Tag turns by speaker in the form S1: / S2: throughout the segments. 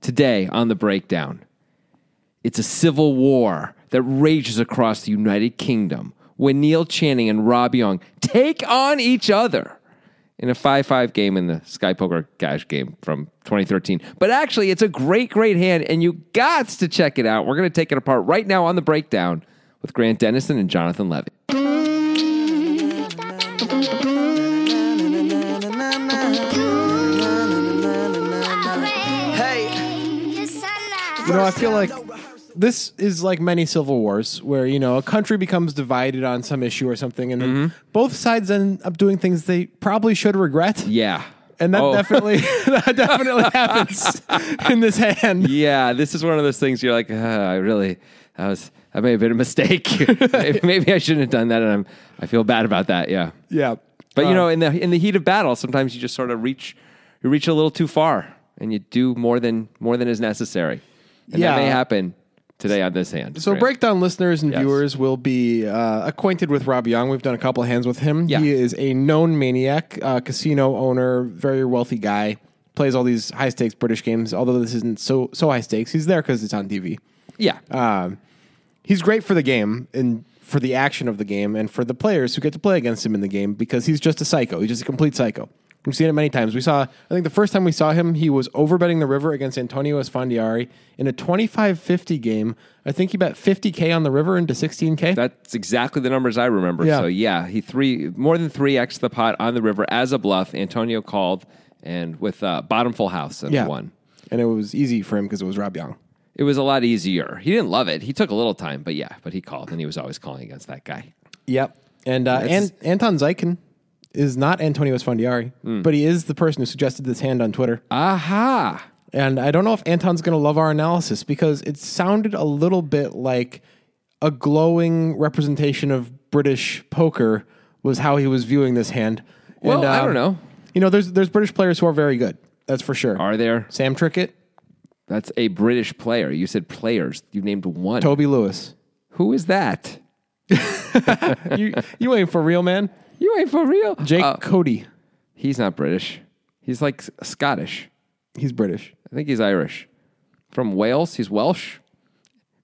S1: Today on The Breakdown, it's a civil war that rages across the United Kingdom when Neil Channing and Rob Young take on each other in a 5 5 game in the Sky Poker Cash game from 2013. But actually, it's a great, great hand, and you got to check it out. We're going to take it apart right now on The Breakdown with Grant Dennison and Jonathan Levitt.
S2: You know, I feel like this is like many civil wars where, you know, a country becomes divided on some issue or something, and then
S1: Mm-hmm.
S2: both sides end up doing things they probably should regret.
S1: Yeah.
S2: And that
S1: Oh.
S2: definitely that definitely happens in this hand.
S1: Yeah, this is one of those things you're like, "Ah, I really, I was, I may have been a mistake. maybe, maybe I shouldn't have done that, and I'm, I feel bad about that. Yeah,
S2: Yeah.
S1: but you
S2: Uh,
S1: know, in the in the heat of battle, sometimes you just sort of reach, you reach a little too far, and you do more than more than is necessary. And
S2: Yeah.
S1: that may happen today on this hand.
S2: So,
S1: Grant.
S2: breakdown listeners and
S1: Yes.
S2: viewers will be uh, acquainted with Rob Young. We've done a couple of hands with him.
S1: Yeah.
S2: He is a known maniac, uh, casino owner, very wealthy guy. Plays all these high stakes British games. Although this isn't so so high stakes, he's there because it's on TV.
S1: yeah,
S2: Ah. He's great for the game and for the action of the game, and for the players who get to play against him in the game because he's just a psycho. He's just a complete psycho. We've seen it many times. We saw, I think, the first time we saw him, he was overbetting the river against Antonio Esfandiari in a 25-50 game. I think he bet 50k on the river into 16k.
S1: that's exactly the numbers I remember.
S2: Yeah.
S1: So yeah, he three more than three x the pot on the river as a bluff. Antonio called and with uh, bottom full house and
S2: yeah,
S1: won.
S2: and it was easy for him because it was Rob Young.
S1: it was a lot easier. He didn't love it. He took a little time, but yeah, but he called and he was always calling against that guy.
S2: Yep, and uh,
S1: That's-
S2: and Anton Zykin is not Antonio Esfandiari,
S1: Hmm.
S2: but he is the person who suggested this hand on Twitter.
S1: Aha.
S2: And I don't know if Anton's going to love our analysis because it sounded a little bit like a glowing representation of British poker was how he was viewing this hand.
S1: Well,
S2: And, um,
S1: I don't know.
S2: You know, there's there's British players who are very good. That's for sure.
S1: Are there?
S2: Sam Trickett,
S1: That's a British player. You said players. You named one.
S2: Toby Lewis.
S1: Who is that?
S2: you you ain't for real, man.
S1: You ain't for real.
S2: Jake
S1: Uh,
S2: Cody,
S1: he's not British. He's like S- Scottish.
S2: he's British.
S1: I think he's Irish. From Wales. He's Welsh.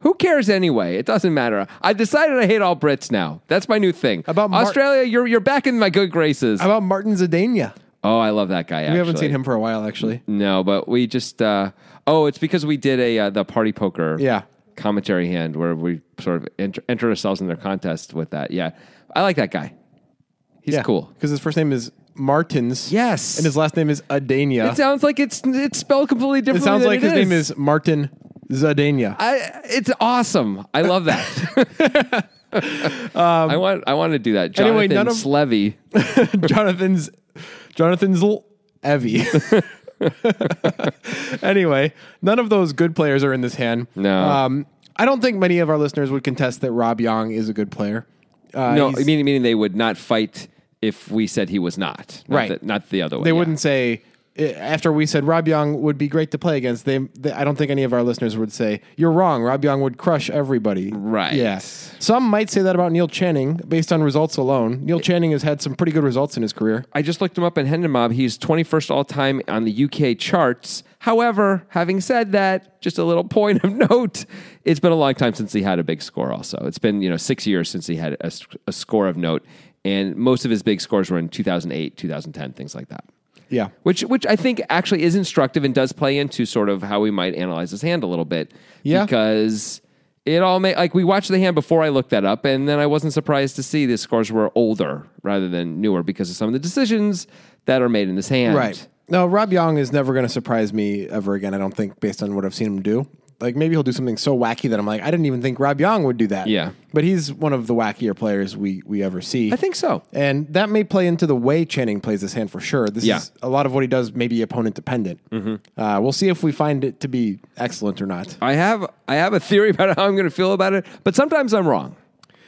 S1: Who cares anyway? It doesn't matter. I decided I hate all Brits now. That's my new thing.
S2: About Mar-
S1: Australia, you're you're back in my good graces.
S2: How about Martin Zadania?
S1: oh, I love that guy.
S2: We haven't
S1: actually.
S2: seen him for a while, actually.
S1: No, but we just uh, oh, it's because we did a uh, the party poker
S2: Yeah.
S1: commentary hand where we sort of enter, enter ourselves in their contest with that. Yeah, I like that guy. He's cool.
S2: Because his first name is Martins.
S1: Yes.
S2: And his last name is Adania.
S1: It sounds like it's it's spelled completely
S2: It
S1: differently.
S2: sounds
S1: than
S2: like his name is Martin Zadania.
S1: I, it's awesome. I love that. I want I want to do that. Jonathan
S2: anyway, none of-
S1: Slevy.
S2: Jonathan's Jonathan's l- Evie. anyway, none of those good players are in this hand.
S1: No.
S2: Um, I don't think many of our listeners would contest that Rob Young is a good player. Uh,
S1: no,
S2: he's-
S1: meaning meaning they would not fight if we said he was not. Not
S2: Right.
S1: the- not the other way.
S2: they
S1: yeah.
S2: wouldn't say eh, after we said Rob Young would be great to play against. They, they, I don't think any of our listeners would say you're wrong. Rob Young would crush everybody.
S1: Right.
S2: Yes. Some might say that about Neil Channing based on results alone.
S1: Eh.
S2: Neil Channing has had some pretty good results in his career.
S1: I just looked him up in Hendon Mob. He's 21st all time on the UK charts. However, having said that, just a little point of note, it's been a long time since he had a big score also. It's been, you know, 6 years since he had a, s- a score of note and most of his big scores were in 2008, 2010, things like that.
S2: Yeah.
S1: Which which I think actually is instructive and does play into sort of how we might analyze his hand a little bit.
S2: Yeah.
S1: Because it all made like we watched the hand before I looked that up, and then I wasn't surprised to see the scores were older rather than newer because of some of the decisions that are made in this hand.
S2: Right. No, Rob Young is never going to surprise me ever again. I don't think, based on what I've seen him do. Like maybe he'll do something so wacky that I'm like, I didn't even think Rob Young would do that.
S1: Yeah.
S2: But he's one of the wackier players we we ever see.
S1: I think so.
S2: And that may play into the way Channing plays this hand for sure. This
S1: Yeah.
S2: is a lot of what he does, maybe opponent dependent. Mm-hmm. Uh, we'll see if we find it to be excellent or not.
S1: I have I have a theory about how I'm going to feel about it, but sometimes I'm wrong.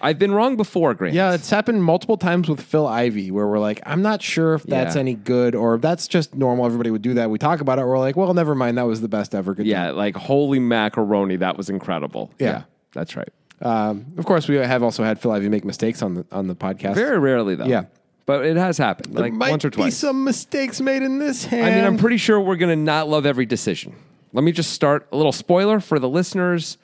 S1: I've been wrong before, Grant.
S2: Yeah, it's happened multiple times with Phil Ivey where we're like, I'm not sure if that's
S1: Yeah.
S2: any good or if that's just normal. Everybody would do that. We talk about it. We're like, well, never mind. That was the best ever. Good
S1: Yeah, like holy macaroni, that was incredible.
S2: Yeah.
S1: that's right.
S2: Um, of course, we have also had Phil Ivey make mistakes on the on the podcast.
S1: Very rarely though.
S2: Yeah.
S1: But it has happened, like
S2: Might
S1: once or
S2: Be
S1: twice.
S2: some mistakes made in this hand.
S1: I mean, I'm pretty sure we're going to not love every decision. let me just start a little spoiler for the listeners.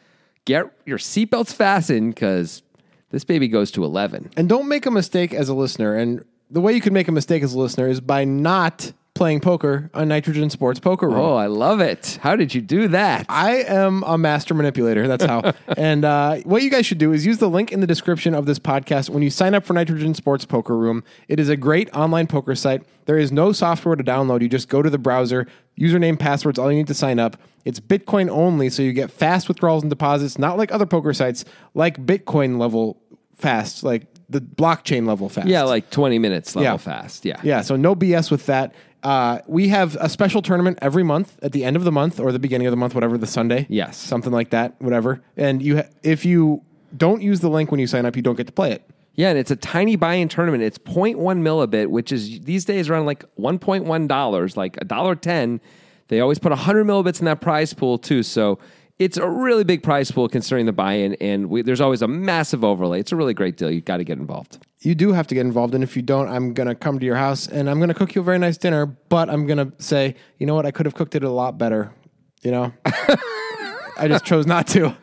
S1: Get your seatbelts fastened because this baby goes to 11.
S2: And don't make a mistake as a listener. And the way you can make a mistake as a listener is by not playing poker on Nitrogen Sports Poker Room.
S1: Oh, I love it. How did you do that?
S2: I am a master manipulator. That's how. and uh, what you guys should do is use the link in the description of this podcast when you sign up for Nitrogen Sports Poker Room. It is a great online poker site. There is no software to download. You just go to the browser, username, passwords, all you need to sign up. It's Bitcoin only, so you get fast withdrawals and deposits, not like other poker sites, like Bitcoin level fast, like the blockchain level fast.
S1: yeah, like 20 minutes level
S2: Yeah.
S1: fast. Yeah.
S2: Yeah, so no BS with that. Uh, we have a special tournament every month at the end of the month or the beginning of the month, whatever the Sunday.
S1: Yes.
S2: something like that, whatever. And you, ha- if you don't use the link when you sign up, you don't get to play it.
S1: Yeah, and it's a tiny buy-in tournament. It's 0.1 millibit, which is these days around like 1.1 dollars, like a dollar ten. They always put 100 millibits in that prize pool too, so it's a really big prize pool considering the buy-in, and we, there's always a massive overlay. It's a really great deal. You've got to get involved.
S2: You do have to get involved, and if you don't, I'm gonna come to your house and I'm gonna cook you a very nice dinner. But I'm gonna say, you know what, I could have cooked it a lot better. You know, I just chose not to.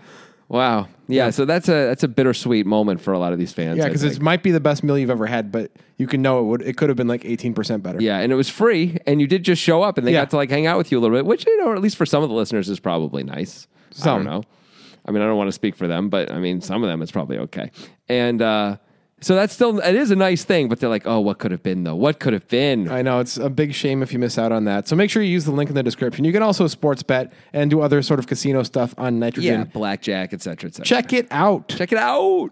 S1: Wow. Yeah, So that's a that's a bittersweet moment for a lot of these fans.
S2: Yeah,
S1: I
S2: because
S1: think.
S2: it might be the best meal you've ever had, but you can know it would. It could have been like 18 percent better.
S1: Yeah, and it was free, and you did just show up, and they
S2: Yeah.
S1: got to like hang out with you a little bit, which you know, at least for some of the listeners, is probably nice. I
S2: Some.
S1: don't know. I mean, I don't want to speak for them, but I mean, some of them it's probably okay. And uh, so that's still it is a nice thing, but they're like, oh, what could have been though? What could have been?
S2: I know it's a big shame if you miss out on that. So make sure you use the link in the description. You can also sports bet and do other sort of casino stuff on nitrogen.
S1: yeah, blackjack, etc., etc.
S2: Check it out.
S1: check it out.
S2: All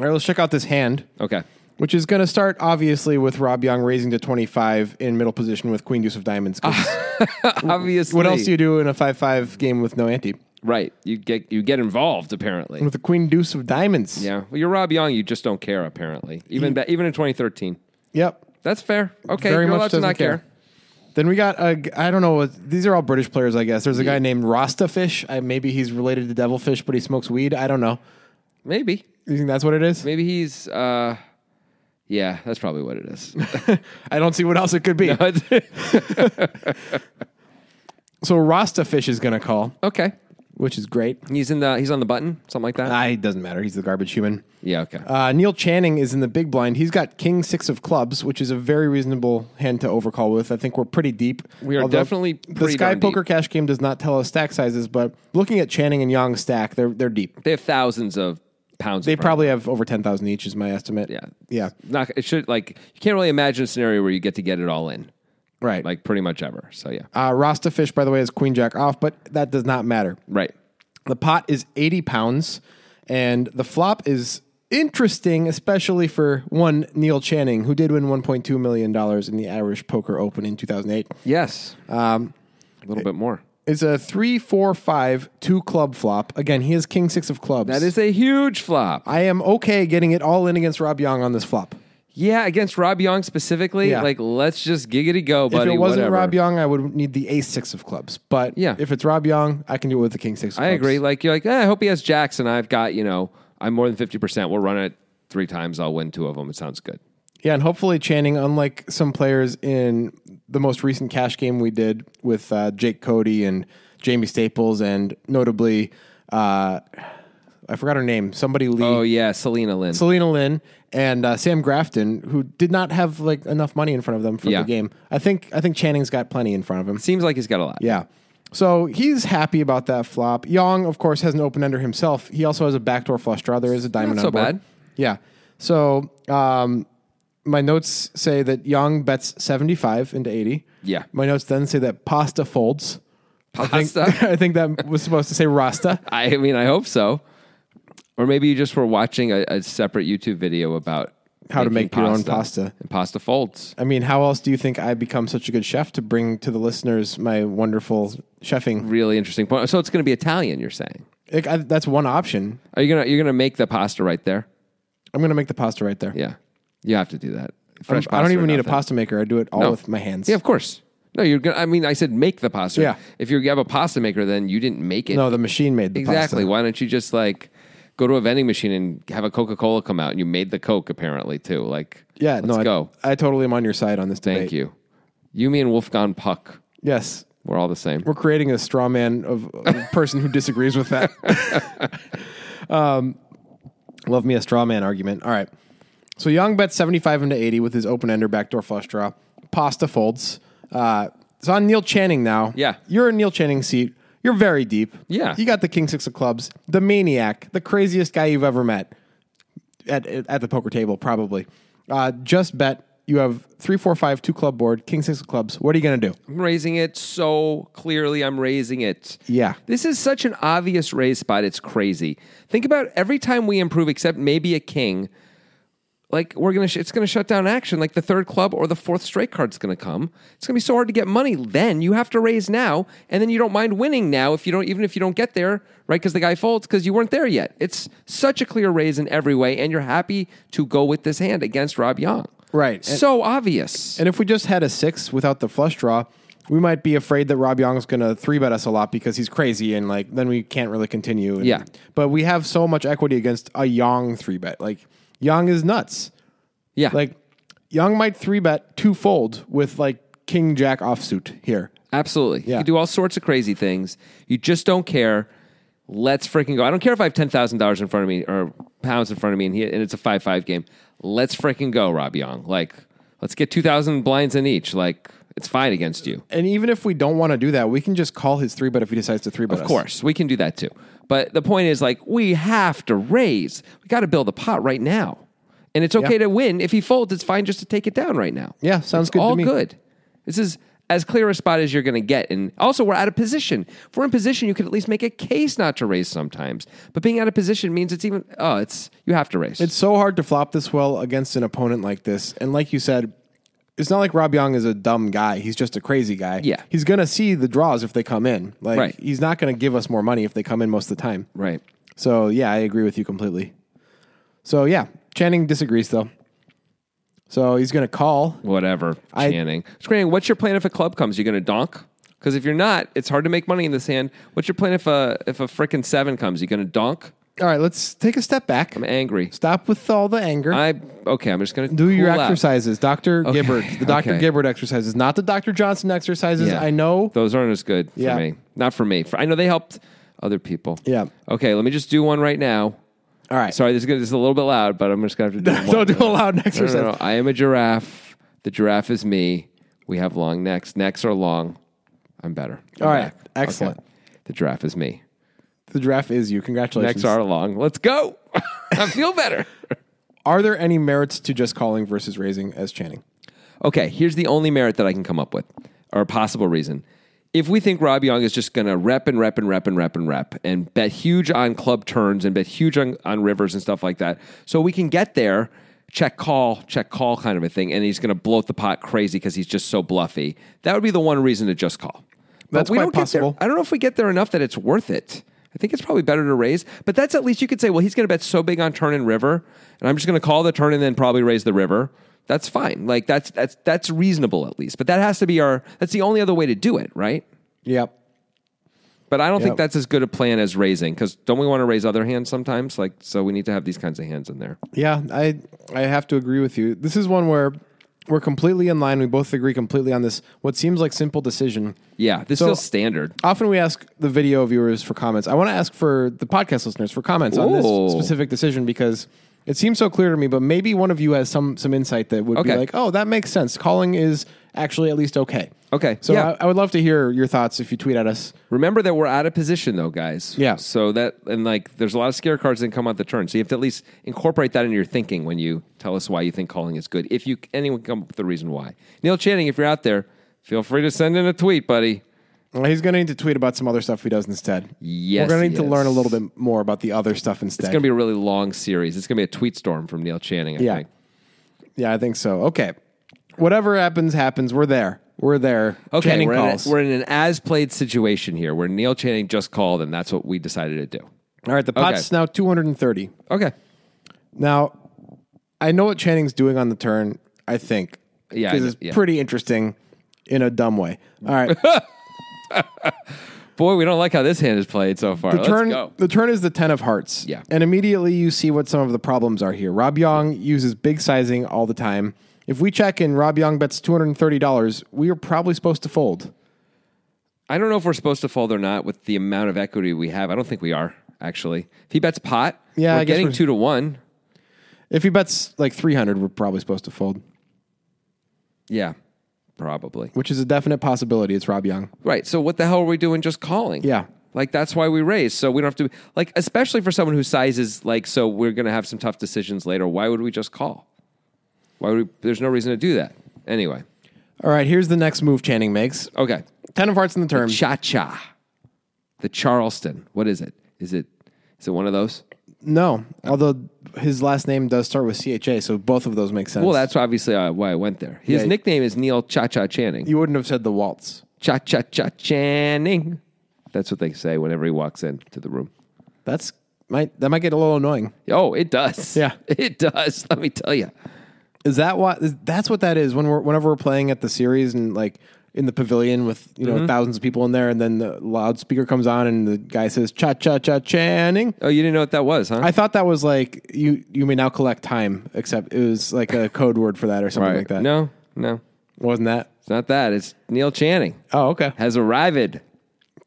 S2: right, let's check out this hand,
S1: Okay,
S2: which is going to start obviously with Rob Young raising to 25 in middle position with Queen Deuce of Diamonds.
S1: Ah,
S2: 'cause
S1: obviously,
S2: what else do you do in a 5 5 game with no ante?
S1: right? You get you get involved apparently.
S2: With the Queen Deuce of Diamonds.
S1: Yeah, well, you're Rob Young. You just don't care apparently. Even ba- even in 2013,
S2: Yep.
S1: that's fair. Okay,
S2: Very
S1: you're
S2: much
S1: allowed to
S2: doesn't
S1: not
S2: care.
S1: care.
S2: Then we got a g- I don't know what these are all British players I guess. There's a guy named Rostafish. I, maybe he's related to Devilfish, but he smokes weed. I don't know.
S1: Maybe
S2: You think that's what it is?
S1: Maybe he's. uh Yeah, that's probably what it is.
S2: I don't see what else it could be. So Rostafish is going to call,
S1: okay,
S2: which is great.
S1: he's in the. He's on the button, something like that.
S2: Ah, it doesn't matter. He's the garbage human.
S1: yeah. Okay.
S2: Uh, Neil Channing is in the big blind. He's got King Six of Clubs, which is a very reasonable hand to overcall with. I think we're pretty deep.
S1: We are definitely
S2: the
S1: pretty
S2: Sky
S1: darn
S2: Poker Cash game does not tell us stack sizes, but looking at Channing and Young's stack, they're they're deep.
S1: they have thousands of pounds.
S2: They
S1: of product.
S2: probably have over ten thousand each, is my estimate.
S1: Yeah.
S2: yeah,
S1: It's Not. It should like you can't really imagine a scenario where you get to get it all in,
S2: right.
S1: like pretty much ever. So yeah.
S2: uh, Rostafish, by the way, is Queen Jack off, but that does not matter.
S1: Right.
S2: The pot is 80 pounds, and the flop is interesting, especially for one Neil Channing, who did win $1.2 million in the Irish Poker Open in 2008.
S1: Yes. Um, a little bit more.
S2: It's a three, four, five, two club flop. Again, he has King Six of Clubs.
S1: That is a huge flop.
S2: I am okay getting it all in against Rob Young on this flop.
S1: Yeah, against Rob Young specifically.
S2: Yeah.
S1: Like, let's just giggity go, buddy.
S2: if it wasn't
S1: whatever.
S2: Rob Young, I would need the Ace Six of Clubs. But
S1: Yeah.
S2: if it's Rob Young, I can do it with the King Six of
S1: I
S2: Clubs.
S1: agree. Like you're like, eh, I hope he has jacks, and I've got you know, I'm more than fifty percent. We'll run it three times. I'll win two of them. It sounds good.
S2: Yeah, and hopefully Channing, unlike some players in the most recent cash game we did with uh, Jake Cody and Jamie Staples, and notably, uh, I forgot her name, somebody Lee,
S1: Oh yeah, Selena Lynn.
S2: Selena Lynn, and uh, Sam Grafton, who did not have like enough money in front of them for
S1: Yeah.
S2: the game. I think I think Channing's got plenty in front of him.
S1: Seems like he's got a lot.
S2: Yeah. So he's happy about that flop. Young, of course, has an open ender himself. He also has a backdoor flush draw. There is a diamond
S1: Not so
S2: on board.
S1: bad.
S2: Yeah. So um, my notes say that Young bets 75 into 80.
S1: Yeah.
S2: My notes then say that Pasta folds. I think,
S1: Pasta.
S2: I think that was supposed to say Rasta.
S1: I mean, I hope so. Or maybe you just were watching a, a separate YouTube video about
S2: How to
S1: making
S2: make your own pasta.
S1: and pasta folds.
S2: I mean, how else do you think I become such a good chef to bring to the listeners my wonderful chefing?
S1: Really interesting point. So it's going to be Italian. You're saying?
S2: Like, I, that's one option.
S1: Are you gonna you're gonna make the pasta right there?
S2: I'm going to make the pasta right there.
S1: Yeah, you have to do that. Fresh.
S2: I don't
S1: pasta or
S2: even need a
S1: nothing.
S2: pasta maker. I do it all
S1: No.
S2: with my hands.
S1: Yeah, of course. No, you're gonna. I mean, I said make the pasta.
S2: Yeah.
S1: If you have a pasta maker, then you didn't make it.
S2: No, the machine made the pasta.
S1: Exactly. Why don't you just like go to a vending machine and have a Coca Cola come out? And you made the Coke apparently too. Like,
S2: Yeah,
S1: let's
S2: no, I-
S1: go.
S2: I, totally am on your side on this debate.
S1: Thank you. You, me, and Wolfgang Puck.
S2: Yes,
S1: We're all the same.
S2: We're creating a straw man of a person who disagrees with that. um, love me a straw man argument. All right. So Young bets 75 into 80 with his open ender backdoor flush draw. Pasta folds. Uh, it's on Neil Channing now.
S1: Yeah.
S2: You're in Neil Channing's seat. You're very deep.
S1: Yeah.
S2: You got the King Six of Clubs, the maniac, the craziest guy you've ever met at, at the poker table, probably. Uh, just bet. You have three, four, five, two club board, King Six of Clubs. What are you going to do?
S1: I'm raising it so clearly. I'm raising it.
S2: Yeah.
S1: This is such an obvious raise spot. It's crazy. Think about every time we improve, except maybe a king. Like we're gonna, sh- it's gonna shut down action. Like the third club or the fourth straight card's gonna come. It's gonna be so hard to get money. Then you have to raise now, and then you don't mind winning now if you don't, even if you don't get there, right? Because the guy folds because you weren't there yet. It's such a clear raise in every way, and you're happy to go with this hand against Rob Young,
S2: Right.
S1: So obvious.
S2: And if we just had a six without the flush draw, we might be afraid that Rob Young's going to three bet us a lot because he's crazy and like then we can't really continue. And-
S1: Yeah.
S2: But we have so much equity against a Young three bet. Like Young is nuts.
S1: yeah,
S2: Like Young might three bet twofold with like King Jack offsuit here.
S1: Absolutely. You
S2: Yeah.
S1: can do all sorts of crazy things. You just don't care. Let's freaking go. I don't care if I have $10,000 in front of me or pounds in front of me and, he, and it's a 5 5 game. Let's freaking go, Rob Young. Like, let's get 2,000 blinds in each. Like, it's fine against you.
S2: And even if we don't want to do that, we can just call his three bet if he decides to three bet.
S1: Of course, we can do that too. But the point is, like, we have to raise. We got to build the pot right now. And it's okay
S2: Yeah.
S1: to win. If he folds, it's fine just to take it down right now.
S2: Yeah, sounds
S1: It's
S2: good to
S1: All
S2: me.
S1: good. This is as clear a spot as you're going to get. And also, we're out of position. If we're in position, you can at least make a case not to raise sometimes. But being out of position means it's even. Oh, it's you have to raise.
S2: It's so hard to flop this well against an opponent like this. And like you said, it's not like Rob Young is a dumb guy. He's just a crazy guy.
S1: Yeah.
S2: He's going to see the draws if they come in. Like,
S1: Right.
S2: he's not going to give us more money if they come in most of the time.
S1: right.
S2: So, yeah, I agree with you completely. So, yeah, Channing disagrees, though. So, he's going to call.
S1: Whatever. Channing. Channing, what's your plan if a club comes? You going to donk? Because if you're not, it's hard to make money in this hand. What's your plan if a if a frickin' seven comes? You going to donk?
S2: All right, let's take a step back.
S1: I'm angry.
S2: Stop with all the anger.
S1: I okay. I'm just going to
S2: Do your exercises, Dr. Gibbard. The Dr.
S1: okay.
S2: Gibbard exercises, not the Dr. Johnson exercises. I know.
S1: those aren't as good
S2: Yeah.
S1: for me. Not for me. For, I know they helped other people.
S2: Yeah.
S1: Okay. Let me just do one right now.
S2: All right.
S1: Sorry, this is, gonna, this is a little bit loud, but I'm just going to have to do one.
S2: Don't do a loud
S1: No, no,
S2: exercise.
S1: no, I am a giraffe. The giraffe is me. We have long necks. Necks are long. I'm better. I'm
S2: All right.
S1: back.
S2: Excellent.
S1: The giraffe is me.
S2: The draft is you. Congratulations.
S1: Necks are long. Let's go. I feel better.
S2: Are there any merits to just calling versus raising as Channing?
S1: Okay, here's the only merit that I can come up with, or a possible reason. If we think Rob Young is just going to rep and rep and rep and rep and rep and bet huge on club turns and bet huge on, on rivers and stuff like that, so we can get there, check call, check call kind of a thing, and he's going to bloat the pot crazy because he's just so bluffy, that would be the one reason to just call. But
S2: That's
S1: we
S2: quite
S1: don't get there-
S2: possible.
S1: I don't know if we get there enough that it's worth it. I think it's probably better to raise, but that's at least you could say, well, he's going to bet so big on turn and river, and I'm just going to call the turn and then probably raise the river. That's fine. Like that's that's that's reasonable at least. But that has to be our. That's the only other way to do it, right?
S2: Yep.
S1: But I don't think
S2: Yep.
S1: that's as good a plan as raising because don't we want to raise other hands sometimes? Like so, we need to have these kinds of hands in there.
S2: Yeah, I I have to agree with you. This is one where we're completely in line. We both agree completely on this. What seems like simple decision.
S1: Yeah, this
S2: So-
S1: feels standard.
S2: Often we ask the video viewers for comments. I want to ask for the podcast listeners for comments on
S1: Ooh.
S2: this specific decision because it seems so clear to me. But maybe one of you has some some insight that would
S1: Okay.
S2: be like, oh, that makes sense. Calling is actually at least okay.
S1: Okay,
S2: So
S1: yeah.
S2: I, I would love to hear your thoughts if you tweet at us.
S1: Remember that we're out of position though, guys.
S2: Yeah.
S1: So that and like there's a lot of scare cards that come out the turn. So you have to at least incorporate that into your thinking when you tell us why you think calling is good. If you anyone come up with the reason why. Neil Channing, if you're out there, feel free to send in a tweet, buddy.
S2: Well, he's going to need to tweet about some other stuff he does instead.
S1: Yes,
S2: we're going
S1: he
S2: to need to
S1: is.
S2: learn a little bit more about the other stuff instead.
S1: It's gonna be a really long series. It's gonna be a tweet storm from Neil Channing, I
S2: yeah,
S1: think.
S2: yeah, I think so. Okay, whatever happens, happens. We're there. We're there.
S1: Okay,
S2: Channing
S1: we're in, a-
S2: calls.
S1: we're in an as played situation here where Neil Channing just called and that's what we decided to do.
S2: All right, the pot's
S1: Okay.
S2: now two hundred and thirty.
S1: Okay.
S2: Now, I know what Channing's doing on the turn. I think.
S1: Yeah, I
S2: because
S1: know,
S2: it's
S1: yeah.
S2: pretty interesting in a dumb way. All right,
S1: Boy, we don't like how this hand is played so far.
S2: the
S1: Let's
S2: turn
S1: go.
S2: the turn is the ten of hearts.
S1: Yeah.
S2: and immediately you see what some of the problems are here. Rob Young uses big sizing all the time. If we check in, Rob Young bets two hundred and thirty dollars. We are probably supposed to fold.
S1: I don't know if we're supposed to fold or not with the amount of equity we have. I don't think we are actually. If he bets pot,
S2: Yeah,
S1: we're
S2: I guess
S1: getting
S2: we're-
S1: two to one.
S2: If he bets like 300, we're probably supposed to fold,
S1: Yeah, probably.
S2: which is a definite possibility. It's Rob Young.
S1: Right. So what the hell are we doing just calling?
S2: Yeah.
S1: Like that's why we raise. So we don't have to like especially for someone who sizes like so we're going to have some tough decisions later. Why would we just call? Why would we, there's no reason to do that. Anyway.
S2: All right, here's the next move Channing makes.
S1: Okay.
S2: Ten of hearts in the turn.
S1: Cha cha. The Charleston. What is it? Is it is it one of those?
S2: No, although his last name does start with CHA, so both of those make sense.
S1: Well, that's obviously uh, why I went there. His
S2: Yeah.
S1: nickname is Neil Cha Cha Channing.
S2: you wouldn't have said the waltz.
S1: Cha Cha Cha Channing. That's what they say whenever he walks into the room.
S2: That's might that might get a little annoying.
S1: Oh, it does.
S2: Yeah.
S1: It does. Let me tell you.
S2: Is that what? Is, that's what that is. When we're whenever we're playing at the series and like in the pavilion with you know thousands of people in there, and then the loudspeaker comes on and the guy says "Cha Cha Cha Channing."
S1: Oh, you didn't know what that was, huh?
S2: I thought that was like you. You may now collect time. Except it was like a code word for that or something like that.
S1: No, no.
S2: wasn't that?
S1: It's not that. It's Neil Channing
S2: Oh, okay,
S1: has arrived.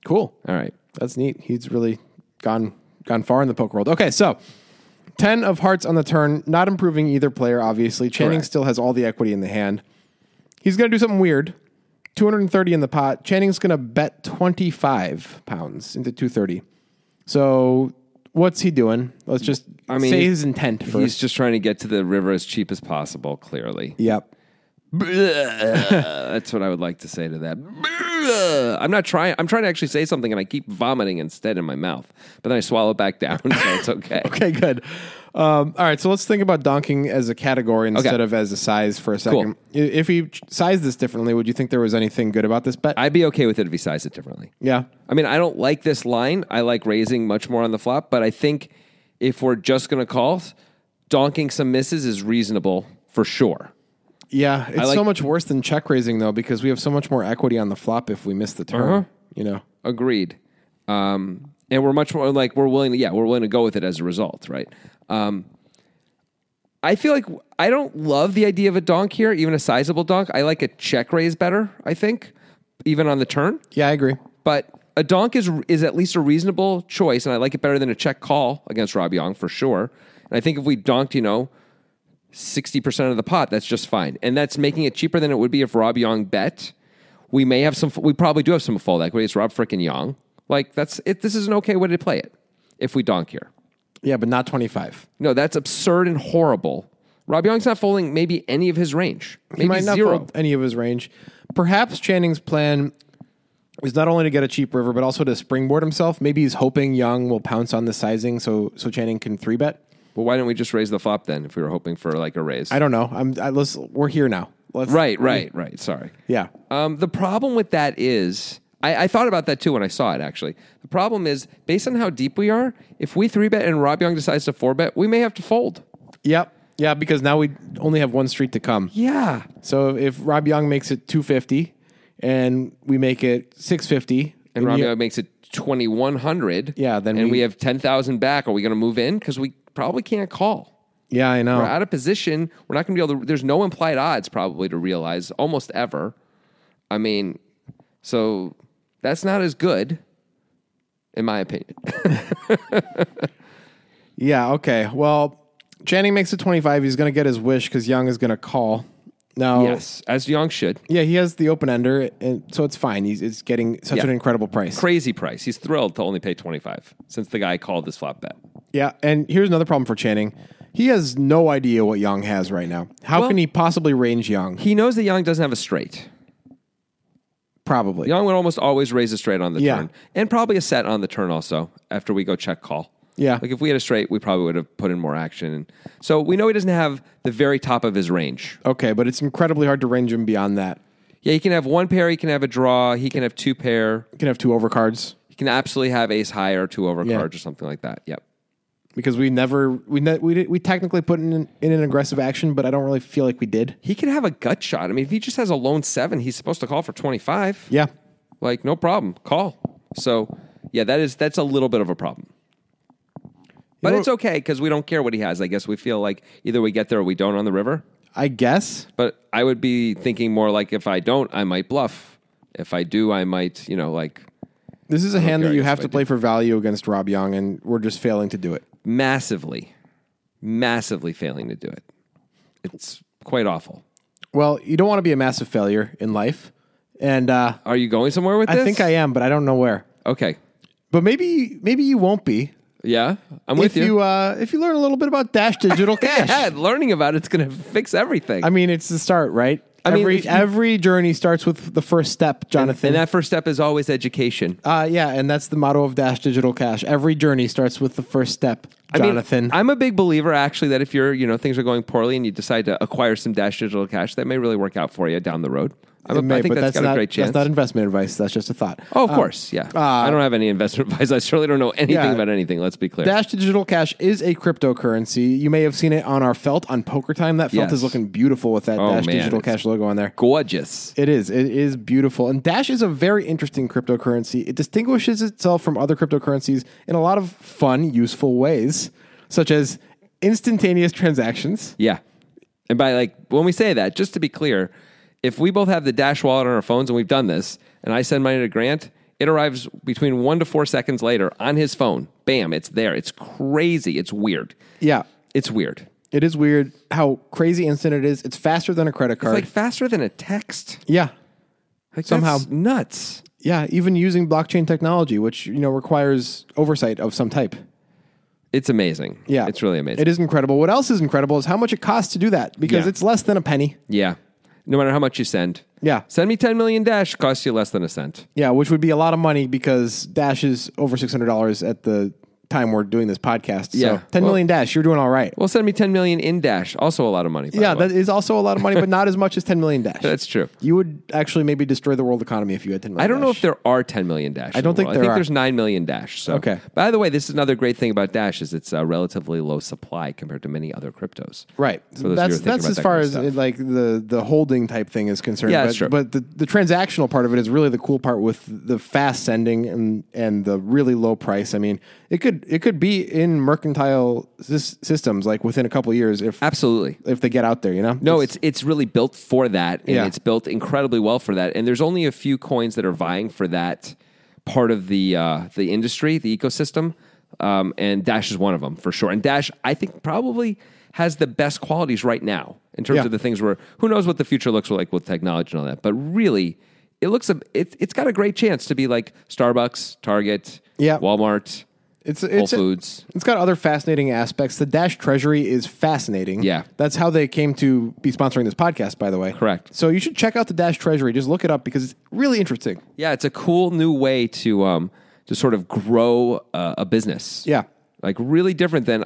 S2: cool.
S1: All right.
S2: That's neat. He's really gone gone far in the poker world. Okay, so ten of hearts on the turn, not improving either player. Obviously, Channing
S1: Correct.
S2: still has all the equity in the hand. He's going to do something weird. Two hundred and thirty in the pot. Channing's going to bet twenty five pounds into two thirty. So what's he doing? Let's just I
S1: mean,
S2: mean, say
S1: he-
S2: his intent first.
S1: He's just trying to get to the river as cheap as possible, clearly.
S2: yep.
S1: That's what I would like to say to that. I'm not trying. I'm trying to actually say something, and I keep vomiting instead in my mouth. But then I swallow back down, so it's okay.
S2: Okay, good. Um, all right, so let's think about donking as a category instead
S1: Okay.
S2: of as a size for a second. I- If he ch- sized this differently, would you think there was anything good about this bet?
S1: I'd be okay with it if he sized it differently.
S2: yeah.
S1: I mean, I don't like this line. I like raising much more on the flop, but I think if we're just going to call, donking some misses is reasonable for sure.
S2: Yeah, it's
S1: like-
S2: so much worse than check raising though because we have so much more equity on the flop if we miss the turn.
S1: Uh-huh.
S2: You know.
S1: Agreed. Um, and we're much more like we're willing to yeah we're willing to go with it as a result, right? Um, I feel like I don't love the idea of a donk here, even a sizable donk. I like a check raise better. I think even on the turn,
S2: Yeah, I agree.
S1: but a donk is is at least a reasonable choice, and I like it better than a check call against Rob Young for sure. And I think if we donked, you know, sixty percent of the pot, that's just fine, and that's making it cheaper than it would be if Rob Young bet. We may have some. We probably do have some fold equity. It's Rob frickin' Young. Like that's it. This is an okay way to play it if we donk here.
S2: Yeah, but not 25.
S1: No, that's absurd and horrible. Rob Young's not folding maybe any of his range. Maybe
S2: he might not
S1: zero.
S2: fold any of his range. Perhaps Channing's plan is not only to get a cheap river but also to springboard himself. Maybe he's hoping Young will pounce on the sizing so so Channing can three bet.
S1: Well, why don't we just raise the flop then if we were hoping for like a raise?
S2: I don't know. I'm I, let's we're here now. Let's
S1: right, right, right. Sorry.
S2: Yeah.
S1: Um, the problem with that is, I, I thought about that too when I saw it. Actually, the problem is based on how deep we are. If we three bet and Rob Young decides to four bet, we may have to fold.
S2: Yep. Yeah, because now we only have one street to come.
S1: Yeah,
S2: So if Rob Young makes it 250 and we make it 650
S1: and Rob
S2: you-
S1: Young makes it twenty one hundred.
S2: Yeah, then
S1: and we,
S2: we-
S1: have ten thousand back. Are we going to move in? Because we probably can't call.
S2: Yeah, I know.
S1: We're out of position. We're not going to be able to. There's no implied odds probably to realize almost ever. I mean, so that's not as good, in my opinion.
S2: Yeah, okay. Well, Channing makes it 25. He's going to get his wish because Young is going to call. Now,
S1: Yes, as Young should.
S2: yeah, he has the open ender, and so it's fine. He's it's getting such
S1: Yeah.
S2: an incredible price.
S1: crazy price. He's thrilled to only pay 25 since the guy called this flop bet.
S2: yeah, and here's another problem for Channing. He has no idea what Young has right now. How
S1: Well-
S2: can he possibly range Young?
S1: He knows that Young doesn't have a straight.
S2: Probably.
S1: Young would almost always raise a straight on the
S2: Yeah.
S1: turn and probably a set on the turn also after we go check call.
S2: Yeah.
S1: Like if we had a straight, we probably would have put in more action. So we know he doesn't have the very top of his range.
S2: Okay, but it's incredibly hard to range him beyond that.
S1: Yeah, he can have one pair, he can have a draw, he can have two pair,
S2: You can have two overcards
S1: he can absolutely have ace high or two overcards
S2: Yeah.
S1: or something like that. Yep.
S2: because we never we ne- we did, we technically put in in an aggressive action, but I don't really feel like we did.
S1: He can have a gut shot. I mean, if he just has a lone seven, he's supposed to call for 25.
S2: Yeah.
S1: Like, no problem. Call. So, yeah, that is that's a little bit of a problem. But
S2: know-
S1: it's okay because we don't care what he has. I guess we feel like either we get there or we don't on the river.
S2: I guess.
S1: But I would be thinking more like if I don't, I might bluff. If I do, I might, you know, like
S2: This is a hand
S1: care,
S2: that
S1: I
S2: you
S1: guess
S2: have
S1: if
S2: to
S1: I
S2: play for value against Rob Young, and we're just failing to do it.
S1: massively, massively failing to do it. It's quite awful.
S2: Well, you don't want to be a massive failure in life, and uh,
S1: Are you going somewhere with this?
S2: I think I am, but I don't know where.
S1: Okay.
S2: But maybe maybe you won't be
S1: Yeah, I'm with
S2: if you, uh, if you learn a little bit about Dash Digital Cash.
S1: yeah, learning about it's going to fix everything.
S2: I mean, it's the start, right?
S1: I mean,
S2: every
S1: if you-
S2: every journey starts with the first step, Jonathan.
S1: and that first step is always education.
S2: uh, yeah, and that's the motto of Dash Digital Cash. Every journey starts with the first step,
S1: I mean,
S2: Jonathan.
S1: I'm a big believer, actually, that if you're, you know, things are going poorly and you decide to acquire some Dash Digital Cash, that may really work out for you down the road. I'm a,
S2: It may,
S1: I think
S2: but
S1: that's got
S2: not,
S1: a great chance.
S2: That's not investment advice. That's just a thought. Um,
S1: oh, of course, yeah. I don't have any investment advice. I certainly don't know anything
S2: yeah.
S1: about anything. Let's be clear.
S2: Dash Digital Cash is a cryptocurrency. You may have seen it on our felt on Poker Time. That felt
S1: Yes.
S2: is looking beautiful with that
S1: Oh,
S2: Dash
S1: man,
S2: Digital
S1: it's-
S2: Cash logo on there.
S1: Gorgeous.
S2: It is. It is beautiful. And Dash is a very interesting cryptocurrency. It distinguishes itself from other cryptocurrencies in a lot of fun, useful ways, such as instantaneous transactions.
S1: Yeah. And by like, when we say that, just to be clear, if we both have the Dash wallet on our phones and we've done this, and I send money to Grant, it arrives between one to four seconds later on his phone. Bam, it's there. It's crazy. It's weird.
S2: Yeah.
S1: It's weird.
S2: It is weird how crazy instant it is. It's faster than a credit
S1: It's
S2: card.
S1: like faster than a text.
S2: yeah.
S1: Like
S2: Somehow.
S1: that's nuts.
S2: Yeah, even using blockchain technology, which you know requires oversight of some type.
S1: It's amazing.
S2: Yeah.
S1: It's really amazing.
S2: It is incredible. What else is incredible is how much it costs to do that because
S1: Yeah.
S2: it's less than a penny.
S1: yeah. No matter how much you send.
S2: Yeah.
S1: Send me 10 million Dash, costs you less than a cent.
S2: Yeah, which would be a lot of money because Dash is over $600 at the time we're doing this podcast.
S1: Yeah.
S2: So 10
S1: Well-
S2: million Dash, you're doing all right.
S1: Well, send me 10 million in Dash, also a lot of money. by
S2: yeah,
S1: the way.
S2: that is also a lot of money, but not as much as 10 million Dash.
S1: That's true.
S2: You would actually maybe destroy the world economy if you had 10 million
S1: I don't know
S2: Dash.
S1: if there are 10 million Dash. I
S2: don't think
S1: I
S2: there
S1: think
S2: are.
S1: there's 9 million Dash. So.
S2: Okay.
S1: By the way, this is another great thing about Dash is it's a relatively low supply compared to many other cryptos.
S2: Right.
S1: For those of you who
S2: that's
S1: are thinking
S2: that's
S1: about
S2: as
S1: that
S2: far
S1: kind of
S2: as
S1: stuff.
S2: it, like the the holding type thing is concerned.
S1: Yeah,
S2: but,
S1: that's true.
S2: But the, the transactional part of it is really the cool part with the fast sending and and the really low price. I mean, it could it could be in mercantile sys- systems like within a couple of years if
S1: Absolutely.
S2: if they get out there. You know.
S1: No, it's it's really built for that, and
S2: Yeah.
S1: it's built incredibly well for that. And there's only a few coins that are vying for that part of the uh, the industry, the ecosystem, um, and Dash is one of them for sure. And Dash, I think, probably has the best qualities right now in terms
S2: Yeah.
S1: of the things where who knows what the future looks like with technology and all that. But really, it looks a, it, it's got a great chance to be like Starbucks, Target,
S2: Yeah.
S1: Walmart,
S2: It's
S1: Whole
S2: it's
S1: Foods.
S2: It's got other fascinating aspects. The Dash Treasury is fascinating.
S1: Yeah.
S2: That's how they came to be sponsoring this podcast, by the way.
S1: Correct.
S2: So you should check out the Dash Treasury. Just look it up because it's really interesting.
S1: Yeah, it's a cool new way to um, to sort of grow uh, a business.
S2: Yeah.
S1: like really different than,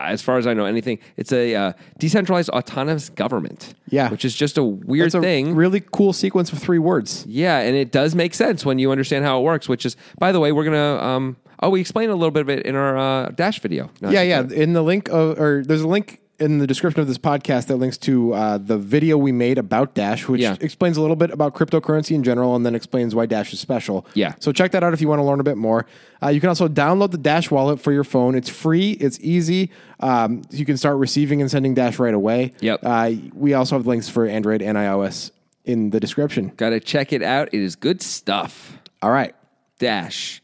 S1: as far as I know, anything. It's a uh, decentralized autonomous government.
S2: Yeah.
S1: which is just a weird
S2: It's a
S1: thing.
S2: really cool sequence of three words.
S1: yeah, and it does make sense when you understand how it works. Which is, by the way, we're gonna. Um, oh, we explained a little bit of it in our uh, Dash video. No,
S2: yeah, yeah. In the link, of, or there's a link in the description of this podcast that links to uh, the video we made about Dash, which
S1: Yeah.
S2: explains a little bit about cryptocurrency in general and then explains why Dash is special.
S1: Yeah.
S2: So check that out if you want to learn a bit more. Uh, you can also download the Dash wallet for your phone. It's free, it's easy. Um, you can start receiving and sending Dash right away.
S1: Yep.
S2: Uh, we also have links for Android and iOS in the description.
S1: Gotta check it out. It is good stuff.
S2: All right.
S1: Dash.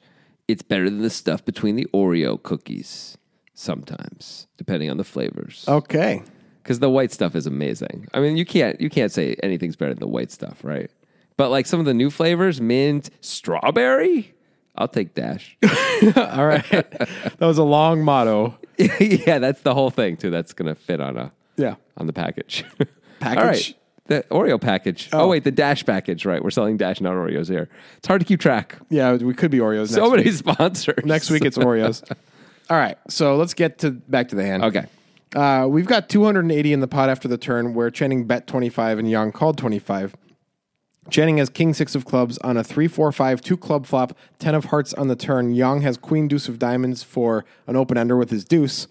S1: It's better than the stuff between the Oreo cookies. Sometimes, depending on the flavors.
S2: Okay.
S1: because the white stuff is amazing. I mean, you can't you can't say anything's better than the white stuff, right? But like some of the new flavors, mint, strawberry, I'll take dash.
S2: All right. that was a long motto.
S1: yeah, that's the whole thing too. That's gonna fit on a
S2: Yeah.
S1: on the package.
S2: Package?
S1: All right. The Oreo package. Oh. wait, the Dash package. Right, we're selling Dash, not Oreos here. It's hard to keep track.
S2: Yeah, we could be Oreos.
S1: So
S2: next
S1: many sponsors.
S2: Next week it's Oreos. All right, so let's get to back to the hand.
S1: Okay.
S2: uh, we've got 280 in the pot after the turn, where Channing bet 25 and Yang called 25. Channing has King six of clubs on a three four five two club flop, ten of hearts on the turn. Yang has Queen deuce of diamonds for an open ender with his deuce.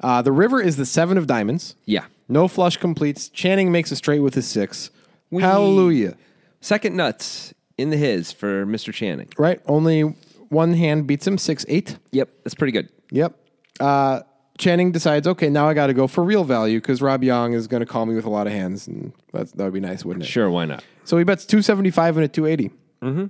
S2: Uh, the river is the seven of diamonds.
S1: Yeah.
S2: No flush completes. Channing makes a straight with his six. Hallelujah!
S1: Second nuts in the his for Mr. Channing.
S2: Right, only one hand beats him six eight.
S1: Yep, that's pretty good.
S2: Yep. Uh, Channing decides, okay, now I got to go for real value because Rob Young is going to call me with a lot of hands, and that's, that would be nice, wouldn't it?
S1: Sure, why not?
S2: So he bets 275 and a 280. Mm-hmm.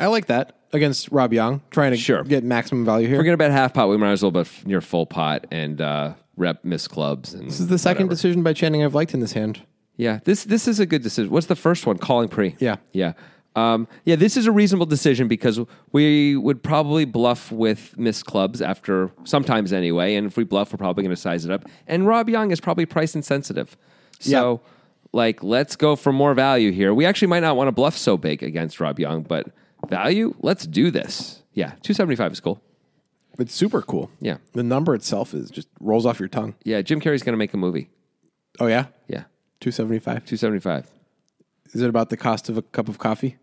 S2: I like that against Rob Young, trying to
S1: Sure.
S2: get maximum value here.
S1: We're gonna bet half pot. We might as well bet f- near full pot and uh, rep miss clubs. And
S2: this is the second decision by Channing I've liked in this hand.
S1: Yeah, this this is a good decision. What's the first one? Calling pre.
S2: Yeah.
S1: yeah, um, yeah. This is a reasonable decision because we would probably bluff with miss clubs after sometimes anyway, and if we bluff, we're probably going to size it up. And Rob Young is probably price insensitive, so like let's go for more value here. We actually might not want to bluff so big against Rob Young, but value, let's do this. Yeah, two seventy five is cool.
S2: It's super cool.
S1: Yeah.
S2: The number itself is just rolls off your tongue.
S1: Yeah, Jim Carrey's going to make a movie.
S2: Oh, yeah?
S1: Yeah,
S2: 275.
S1: two seventy five.
S2: Is it about the cost of a cup of coffee?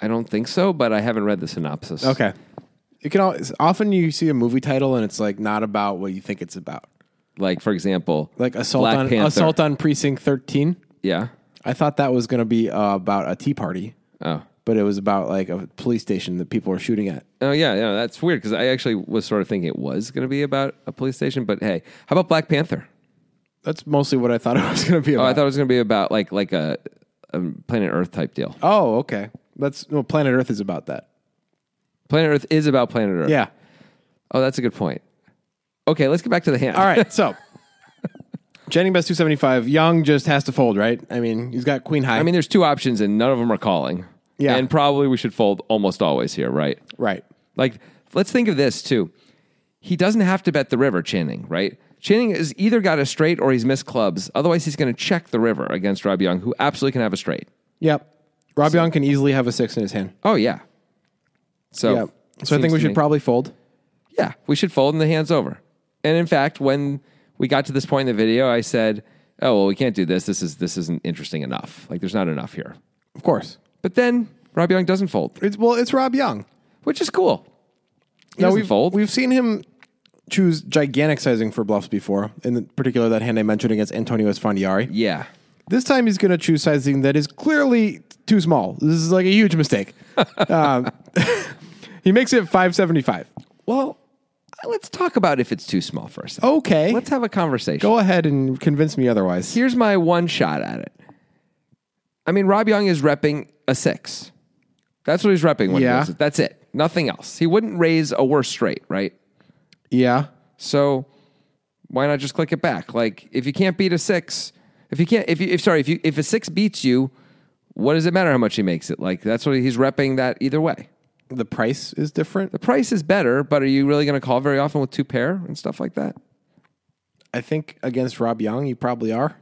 S1: I don't think so, but I haven't read the synopsis.
S2: Okay. You can always, often you see a movie title and it's like not about what you think it's about.
S1: Like for example,
S2: Like assault
S1: Black
S2: on
S1: Panther.
S2: assault on precinct 13.
S1: Yeah.
S2: I thought that was going to be uh, about a tea party,
S1: Oh.
S2: but it was about like a police station that people were shooting at.
S1: Oh yeah, yeah. That's weird because I actually was sort of thinking it was going to be about a police station, but hey, how about Black Panther?
S2: That's mostly what I thought it was going to be
S1: Oh, I
S2: about.
S1: thought it was going to be about like like a, a Planet Earth type deal.
S2: Oh, okay. That's no Planet Earth is about that.
S1: Planet Earth is about Planet Earth.
S2: Yeah.
S1: Oh, that's a good point. Okay, let's get back to the hand.
S2: All right. So Jenny best 275. Young just has to fold, right? I mean, he's got queen high.
S1: I mean, there's two options, and none of them are calling.
S2: Yeah.
S1: And probably we should fold almost always here, right?
S2: right.
S1: Like, let's think of this too. He doesn't have to bet the river, Channing, right? Channing has either got a straight or he's missed clubs. Otherwise, he's going to check the river against Rob Young, who absolutely can have a straight.
S2: Yep. Rob Young can easily have a 6 in his hand.
S1: Oh yeah. So
S2: Yep. So I
S1: Oh, seems
S2: think we
S1: to
S2: should
S1: me-
S2: probably fold.
S1: yeah we should fold and the hands over. And in fact, when we got to this point in the video, I said, "Oh well, we can't do this. This is this isn't interesting enough. Like there's not enough here."
S2: Of course.
S1: But then Rob Young doesn't fold,
S2: It's well, it's Rob Young.
S1: which is cool. He
S2: Now
S1: doesn't
S2: we've
S1: fold.
S2: we've seen him choose gigantic sizing for bluffs before, in particular that hand I mentioned against Antonio Esfandiari.
S1: yeah.
S2: This time he's going to choose sizing that is clearly too small. This is like a huge mistake. um, he makes it 575.
S1: Well, let's talk about if it's too small for a second.
S2: Okay.
S1: Let's have a conversation.
S2: Go ahead and convince me otherwise.
S1: Here's my one shot at it. I mean, Rob Young is repping a six. That's what he's repping when
S2: Yeah.
S1: he does it. That's it. Nothing else. He wouldn't raise a worse straight, right?
S2: Yeah.
S1: So why not just click it back? Like if you can't beat a six, if you can't, if you, if sorry, if you, if a six beats you, what does it matter how much he makes it? Like that's what he's repping that either way.
S2: The price is different.
S1: The price is better, but are you really going to call very often with two pair and stuff like that?
S2: I think against Rob Young, you probably are.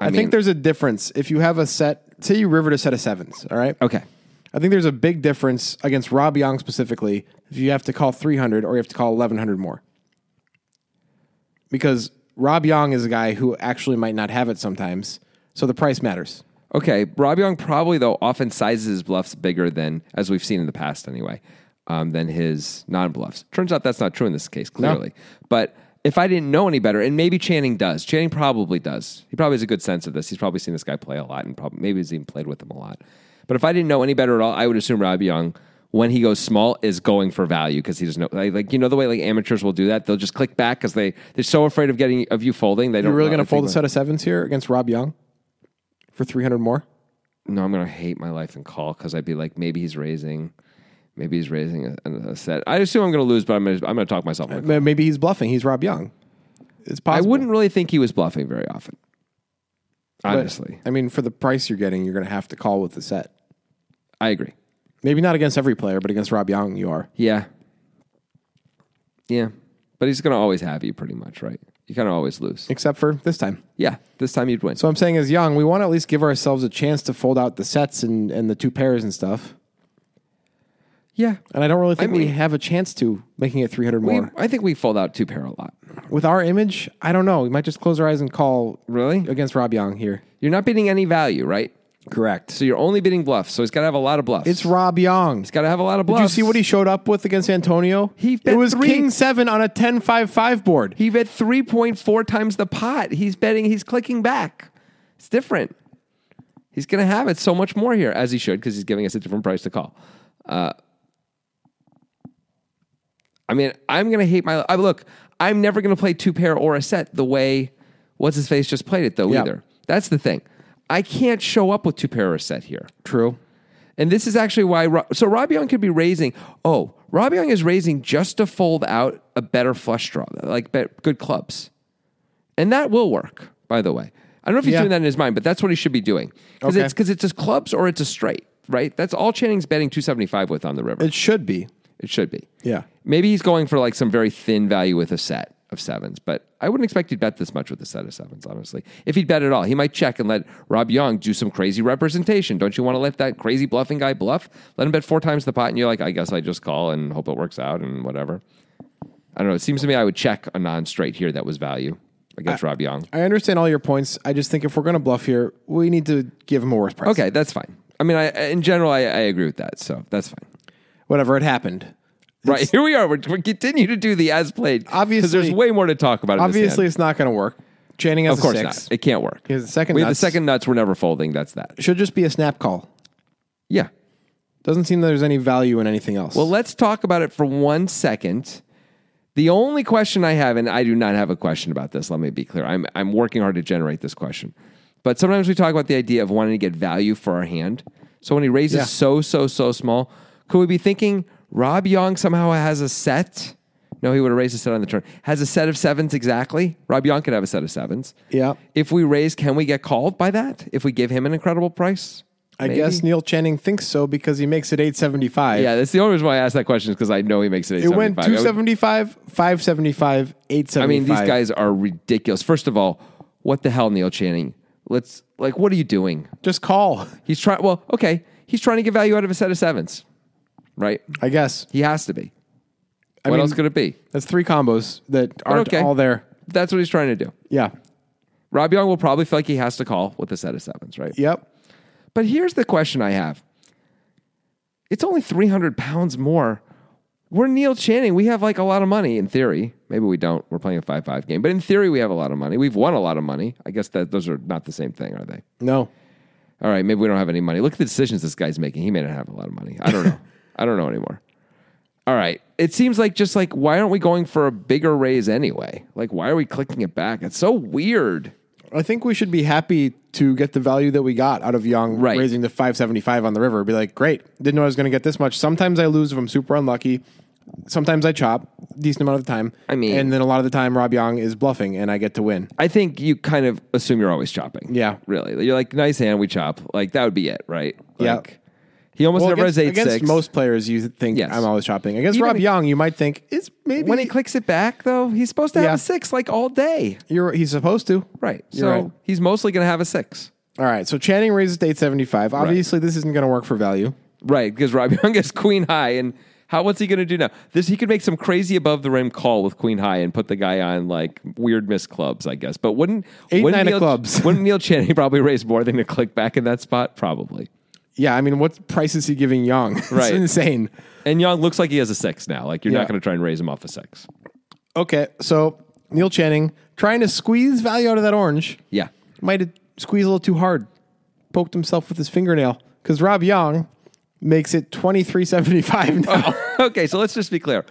S2: I,
S1: mean-
S2: think there's a difference. If you have a set, say you rivered a set of sevens, all right?
S1: Okay.
S2: I think there's a big difference against Rob Young specifically if you have to call 300 or you have to call 1100 more. Because Rob Young is a guy who actually might not have it sometimes, so the price matters.
S1: Okay, Rob Young probably though often sizes his bluffs bigger than, as we've seen in the past anyway, um, than his non-bluffs. Turns out that's not true in this case, clearly. But if I didn't know any better, and maybe Channing does, Channing probably does. He probably has a good sense of this. He's probably seen this guy play a lot, and probably maybe he's even played with him a lot. But if I didn't know any better at all, I would assume Rob Young, when he goes small, is going for value because he doesn't know. Like, like, you know the way like amateurs will do that; they'll just click back because they they're so afraid of getting of you folding. They don't
S2: You're really going
S1: know-
S2: to fold a
S1: think,
S2: set of sevens here against Rob Young for 300 more?
S1: no, I'm gonna hate my life and call because I'd be like, maybe he's raising, maybe he's raising a, a set. I assume I'm gonna lose, but I'm gonna, I'm gonna talk myself. into it.
S2: Ma- Maybe he's bluffing. He's Rob Young. It's
S1: I
S2: possible.
S1: wouldn't really think he was bluffing very often,
S2: but,
S1: honestly.
S2: I mean, for the price you're getting, you're going to have to call with the set.
S1: I agree.
S2: Maybe not against every player, but against Rob Young, you are.
S1: Yeah, yeah, but he's gonna always have you pretty much, right? You kind of always lose.
S2: Except for this time.
S1: Yeah, this time you'd win.
S2: So I'm saying as young, we want to at least give ourselves a chance to fold out the sets and, and the two pairs and stuff.
S1: yeah,
S2: And I don't really think we
S1: mean-
S2: have a chance to making it 300
S1: we,
S2: more.
S1: I think we fold out two pair a lot.
S2: With our image, I don't know. We might just close our eyes and call
S1: Really?
S2: against Rob Young here.
S1: You're not bidding any value, right?
S2: Correct.
S1: So you're only bidding bluffs. So he's got to have a lot of bluffs.
S2: It's Rob Young.
S1: got to have a lot of
S2: Did you
S1: bluffs.
S2: see what he showed up with against Antonio?
S1: He
S2: it
S1: bet
S2: was
S1: three.
S2: king seven on a 10-5-5 board.
S1: He bet 3.4 times the pot. He's betting, he's clicking back. It's different. He's going to have it so much more here, as he should, because he's giving us a different price to call. Uh, I mean, I'm gonna hate my. I, look, I'm never gonna play two pair or a set the way what's his face just played it though.
S2: Yeah.
S1: Either that's the thing. I can't show up with two pair or a set here.
S2: True.
S1: And this is actually why. Ro- So Robion could be raising. Oh, Robion is raising just to fold out a better flush draw, like be- good clubs, and that will work. By the way, I don't know if he's
S2: Yeah.
S1: doing that in his mind, but that's what he should be doing because
S2: Okay.
S1: it's because it's just clubs or it's a straight, right? That's all Channing's betting two seventy five with on the river.
S2: It should be.
S1: It should be.
S2: Yeah.
S1: Maybe he's going for like some very thin value with a set of sevens, but I wouldn't expect he'd bet this much with a set of sevens, honestly. If he'd bet at all, he might check and let Rob Young do some crazy representation. Don't you want to let that crazy bluffing guy bluff? Let him bet four times the pot, and you're like, I guess I just call and hope it works out and whatever. I don't know. It seems to me I would check a non straight here that was value against Rob Young.
S2: I understand all your points. I just think if we're going to bluff here, we need to give him a worse price.
S1: Okay, that's fine. I mean, I, in general, I, I agree with that, so that's fine.
S2: Whatever, it happened.
S1: Right here we are. We're, we continue to do the as played. 'cause there's
S2: Obviously-
S1: way more to talk about. in this hand.
S2: Obviously, it's not going to work. Channing has
S1: Of course
S2: a
S1: not.
S2: six.
S1: It can't work.
S2: He has a second
S1: We have the
S2: nuts.
S1: second nuts. We're never folding. That's that.
S2: Should just be a snap call.
S1: Yeah.
S2: Doesn't seem there's any value in anything else.
S1: Well, let's talk about it for one second. The only question I have, and I do not have a question about this. Let me be clear. I'm I'm working hard to generate this question, but sometimes we talk about the idea of wanting to get value for our hand. So when he raises
S2: Yeah.
S1: so so so small, could we be thinking Rob Young somehow has a set? No, he would have raised a set on the turn. Has a set of sevens exactly. Rob Young could have a set of sevens.
S2: Yeah.
S1: If we raise, can we get called by that? If we give him an incredible price?
S2: I
S1: Maybe?
S2: guess Neil Channing thinks so because he makes it 875.
S1: Yeah, that's the only reason why I asked that question is because I know he makes it.
S2: It
S1: 875.
S2: went
S1: I would-
S2: 275, 575, 875.
S1: I mean, these guys are ridiculous. First of all, what the hell, Neil Channing? Let's like, what are you doing?
S2: Just call,
S1: He's trying. Well, okay, he's trying to get value out of a set of sevens, right?
S2: I guess.
S1: He has to be.
S2: I
S1: what
S2: mean,
S1: else could it be?
S2: That's three combos that aren't
S1: okay.
S2: all there.
S1: That's what he's trying to do.
S2: Yeah.
S1: Rob Young will probably feel like he has to call with a set of sevens, right?
S2: Yep.
S1: But here's the question I have. It's only 300 pounds more. We're Neil Channing. We have like a lot of money in theory. Maybe we don't. We're playing a 5 5 game. But in theory, we have a lot of money. We've won a lot of money. I guess that those are not the same thing, are they?
S2: No.
S1: All right. Maybe we don't have any money. Look at the decisions this guy's making. He may not have a lot of money. I don't know. I don't know anymore. All right. It seems like just like, why aren't we going for a bigger raise anyway? Like, why are we clicking it back? It's so weird.
S2: I think we should be happy to get the value that we got out of Young
S1: Right.
S2: raising to 575 on the river. Be like, great. Didn't know I was going to get this much. Sometimes I lose if I'm super unlucky. Sometimes I chop decent amount of the time.
S1: I mean-
S2: and then a lot of the time Rob Young is bluffing and I get to win.
S1: I think you kind of assume you're always chopping.
S2: Yeah.
S1: Really. You're like, nice hand, we chop. Like, that would be it, right?
S2: Yeah.
S1: Like, he almost
S2: Well,
S1: never
S2: against,
S1: has 8
S2: against
S1: 6.
S2: most players, you think
S1: Yes.
S2: I'm always chopping. Against
S1: Even
S2: Rob
S1: if-
S2: Young, you might think it's maybe
S1: when he clicks it back, though, he's supposed to have
S2: Yeah.
S1: a six like all day.
S2: you're, he's supposed to.
S1: Right.
S2: You're
S1: so
S2: right.
S1: he's mostly going to have a six.
S2: All right. So Channing raises to 875. Obviously, this isn't going to work for value.
S1: Right. Because Rob Young is queen high. And how, what's he going to do now? This He could make some crazy above the rim call with queen high and put the guy on like weird miss clubs, I guess. But wouldn't,
S2: Eight,
S1: wouldn't,
S2: nine of
S1: Neil,
S2: clubs.
S1: wouldn't Neil Channing probably raise more than to click back in that spot? Probably.
S2: Yeah. I mean, what price is he giving Young?
S1: Right.
S2: it's insane.
S1: And Young looks like he has a six now. Like, you're
S2: Yeah.
S1: not going to try and raise him off a six.
S2: Okay. So Neil Channing trying to squeeze value out of that orange.
S1: Yeah.
S2: Might have squeezed a little too hard. Poked himself with his fingernail because Rob Young makes it 2375 now
S1: okay, so let's just be clear.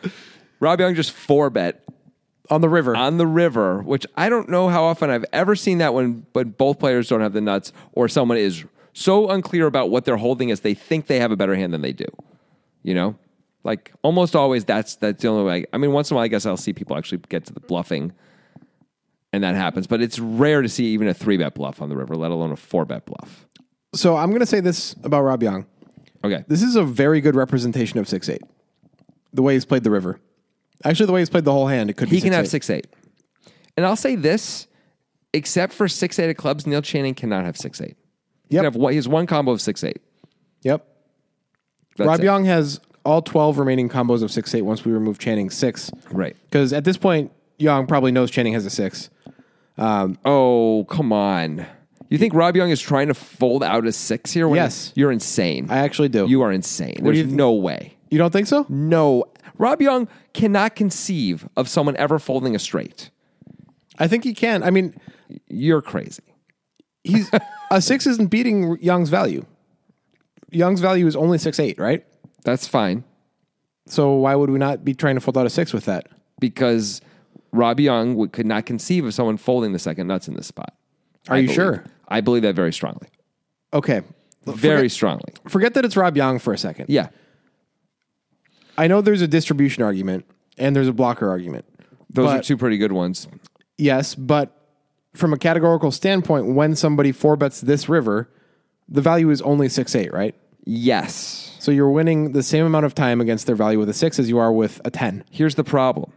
S1: Rob Young just four bet
S2: on the river.
S1: on the river, which I don't know how often I've ever seen that when when both players don't have the nuts or someone is so unclear about what they're holding as they think they have a better hand than they do. You know? Like almost always that's that's the only way. I mean, once in a while I guess I'll see people actually get to the bluffing and that happens, but it's rare to see even a three bet bluff on the river, let alone a four bet bluff.
S2: so I'm going to say this about Rob Young.
S1: Okay.
S2: This is a very good representation of six eight. The way he's played the river. Actually, the way he's played the whole hand, it could be
S1: He can
S2: 6'8".
S1: have six eight. And I'll say this, except for six eight of clubs, Neil Channing cannot have six eight. He
S2: Yep.
S1: can have one, he has one combo of six eight.
S2: Yep.
S1: That's
S2: Rob
S1: it.
S2: Young has all 12 remaining combos of 6 8 once we remove Channing 6.
S1: Right.
S2: Because at this point, Young probably knows Channing has a 6.
S1: Oh, come on. You think Rob Young is trying to fold out a six here? When
S2: Yes.
S1: You're insane.
S2: I actually do.
S1: you are insane.
S2: do
S1: There's
S2: you think?
S1: no way.
S2: you don't think so?
S1: No. Rob Young cannot conceive of someone ever folding a straight.
S2: I think he can. I mean,
S1: You're crazy.
S2: he's a 6 isn't beating Young's value. Young's value is only 6 8, right?
S1: That's fine.
S2: So why would we not be trying to fold out a six with that?
S1: because Rob Young would, could not conceive of someone folding the second nuts in this spot.
S2: Are
S1: I
S2: you
S1: believe.
S2: sure?
S1: I believe that very strongly.
S2: Okay.
S1: Very strongly.
S2: Forget, forget that it's Rob Young for a second.
S1: Yeah.
S2: I know there's a distribution argument and there's a blocker argument.
S1: Those are
S2: But-
S1: two pretty good ones.
S2: Yes, but from a categorical standpoint, when somebody four bets this river, the value is only six eight, right?
S1: Yes.
S2: So you're winning the same amount of time against their value with a six as you are with a ten.
S1: Here's the problem.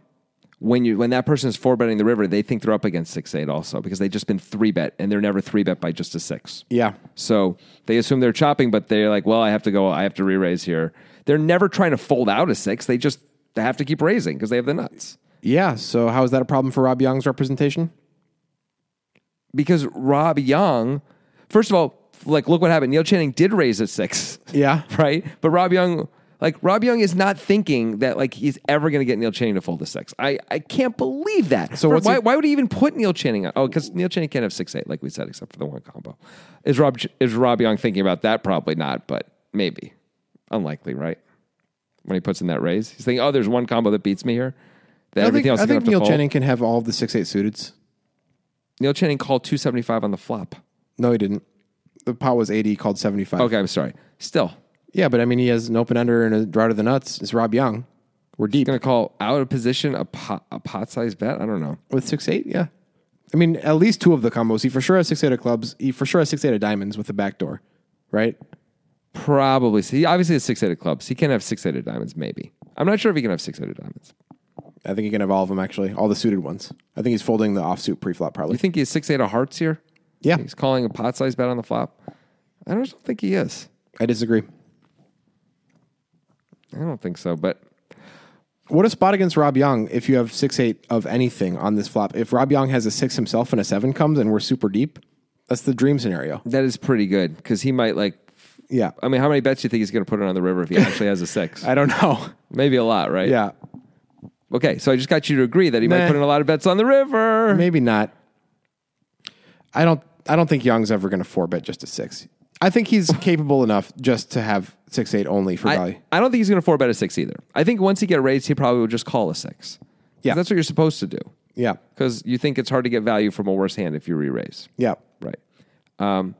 S1: When you when that person is four betting the river, they think they're up against six eight also because they've just been three bet and they're never three bet by just a six.
S2: Yeah.
S1: So they assume they're chopping, but they're like, well, I have to go, I have to re raise here. They're never trying to fold out a six. They just they have to keep raising because they have the nuts.
S2: Yeah. So how is that a problem for Rob Young's representation?
S1: because Rob Young, first of all, like look what happened. Neil Channing did raise at six,
S2: Yeah.
S1: right? But Rob Young, like Rob Young is not thinking that like he's ever going to get Neil Channing to fold a six. I I can't believe that. So
S2: what's
S1: why
S2: he-
S1: why would he even put Neil Channing on? Oh, because Neil Channing can't have six eight like we said, except for the one combo. Is Rob is Rob Young thinking about that? Probably not, but maybe unlikely, right? When he puts in that raise, he's thinking, oh, there's one combo that beats me here. That
S2: I
S1: everything
S2: think,
S1: else
S2: I
S1: is going
S2: think
S1: to
S2: Neil
S1: fold.
S2: Channing can have all of the six eight suiteds.
S1: Neil Channing called two seventy five on the flop.
S2: No, he didn't. The pot was eighty, he called seventy five.
S1: Okay, I'm sorry. Still,
S2: Yeah, but I mean, he has an open under and a draw to the nuts. It's Rob Young. We're deep
S1: gonna call out of position a pot a pot size bet. I don't know.
S2: with six eight. Yeah, I mean, at least two of the combos. He for sure has six eight of clubs. He for sure has six eight of diamonds with the back door, right?
S1: Probably. He obviously has six-headed clubs. He can have six-headed diamonds. Maybe. I'm not sure if he can have six-headed diamonds.
S2: I think he can have all of them actually, all the suited ones. I think he's folding the offsuit preflop
S1: You
S2: probably.
S1: think he has six-eight of hearts here?
S2: Yeah.
S1: He's calling a pot size bet on the flop. I don't think he is.
S2: I disagree.
S1: I don't think so. But
S2: What a spot against Rob Young if you have six eight of anything on this flop. If Rob Young has a six himself and a seven comes and we're super deep, that's the dream scenario.
S1: that is pretty good because he might like.
S2: Yeah,
S1: I mean, how many bets do you think he's going to put in on the river if he actually has a six?
S2: I don't know.
S1: Maybe a lot, right?
S2: Yeah,
S1: Okay, so I just got you to agree that he might
S2: Nah.
S1: put in a lot of bets on the river.
S2: maybe not. I don't. I don't think Young's ever going to four bet just a six. I think he's capable enough just to have six eight only for value.
S1: I, I don't think he's going to four bet a six either. I think once he get raised, he probably would just call a six. 'Cause
S2: Yeah.
S1: that's what you're supposed to do.
S2: Yeah,
S1: Because you think it's hard to get value from a worse hand if you re-raise,
S2: yeah.
S1: right? Um,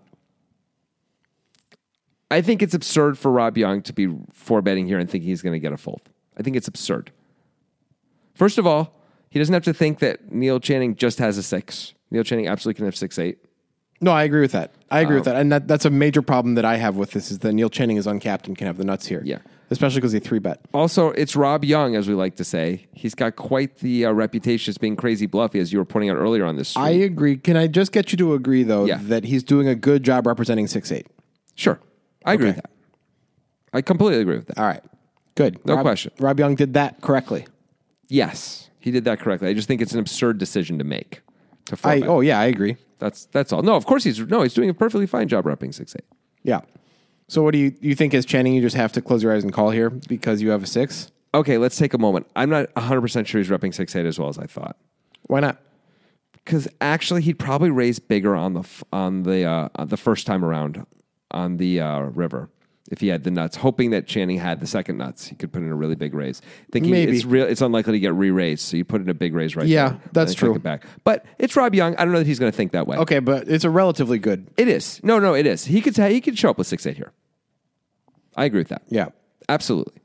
S1: I think it's absurd for Rob Young to be four betting here and thinking he's going to get a fold. I think it's absurd. First of all, he doesn't have to think that Neil Channing just has a six. Neil Channing absolutely can have six eight.
S2: No, I agree with that. I agree with that, and that, that's a major problem that I have with this is that Neil Channing is uncapped and can have the nuts here.
S1: Yeah.
S2: especially because he three bet.
S1: Also, it's Rob Young, as we like to say. He's got quite the uh, reputation as being crazy bluffy, as you were pointing out earlier on this. stream.
S2: I agree. Can I just get you to agree though
S1: Yeah.
S2: that he's doing a good job representing six eight?
S1: Sure. I agree
S2: Okay.
S1: with that. I completely agree with that.
S2: All right, good. No
S1: question.
S2: Rob Young did that correctly.
S1: Yes, he did that correctly. I just think it's an absurd decision to make. To four
S2: I
S1: bet.
S2: oh yeah, I agree.
S1: That's that's all. No, of course he's no, he's doing a perfectly fine job repping six eight.
S2: Yeah. So what do you you think as Channing? You just have to close your eyes and call here because you have a six.
S1: Okay, let's take a moment. I'm not 100% sure he's repping six eight as well as I thought.
S2: Why not?
S1: Cuz actually he'd probably raise bigger on the f- on the uh, on the first time around on the uh, river. If he had the nuts, hoping that Channing had the second nuts, he could put in a really big raise. Thinking
S2: Maybe.
S1: it's real, it's unlikely to get re-raised, so you put in a big raise right.
S2: Yeah,
S1: there,
S2: that's
S1: and then take
S2: true.
S1: it back. But it's Rob Young. I don't know that he's going to think that way.
S2: Okay, but it's a relatively good.
S1: It is. No, no, it is. He could he could show up with six eight here. I agree with that.
S2: Yeah.
S1: Absolutely.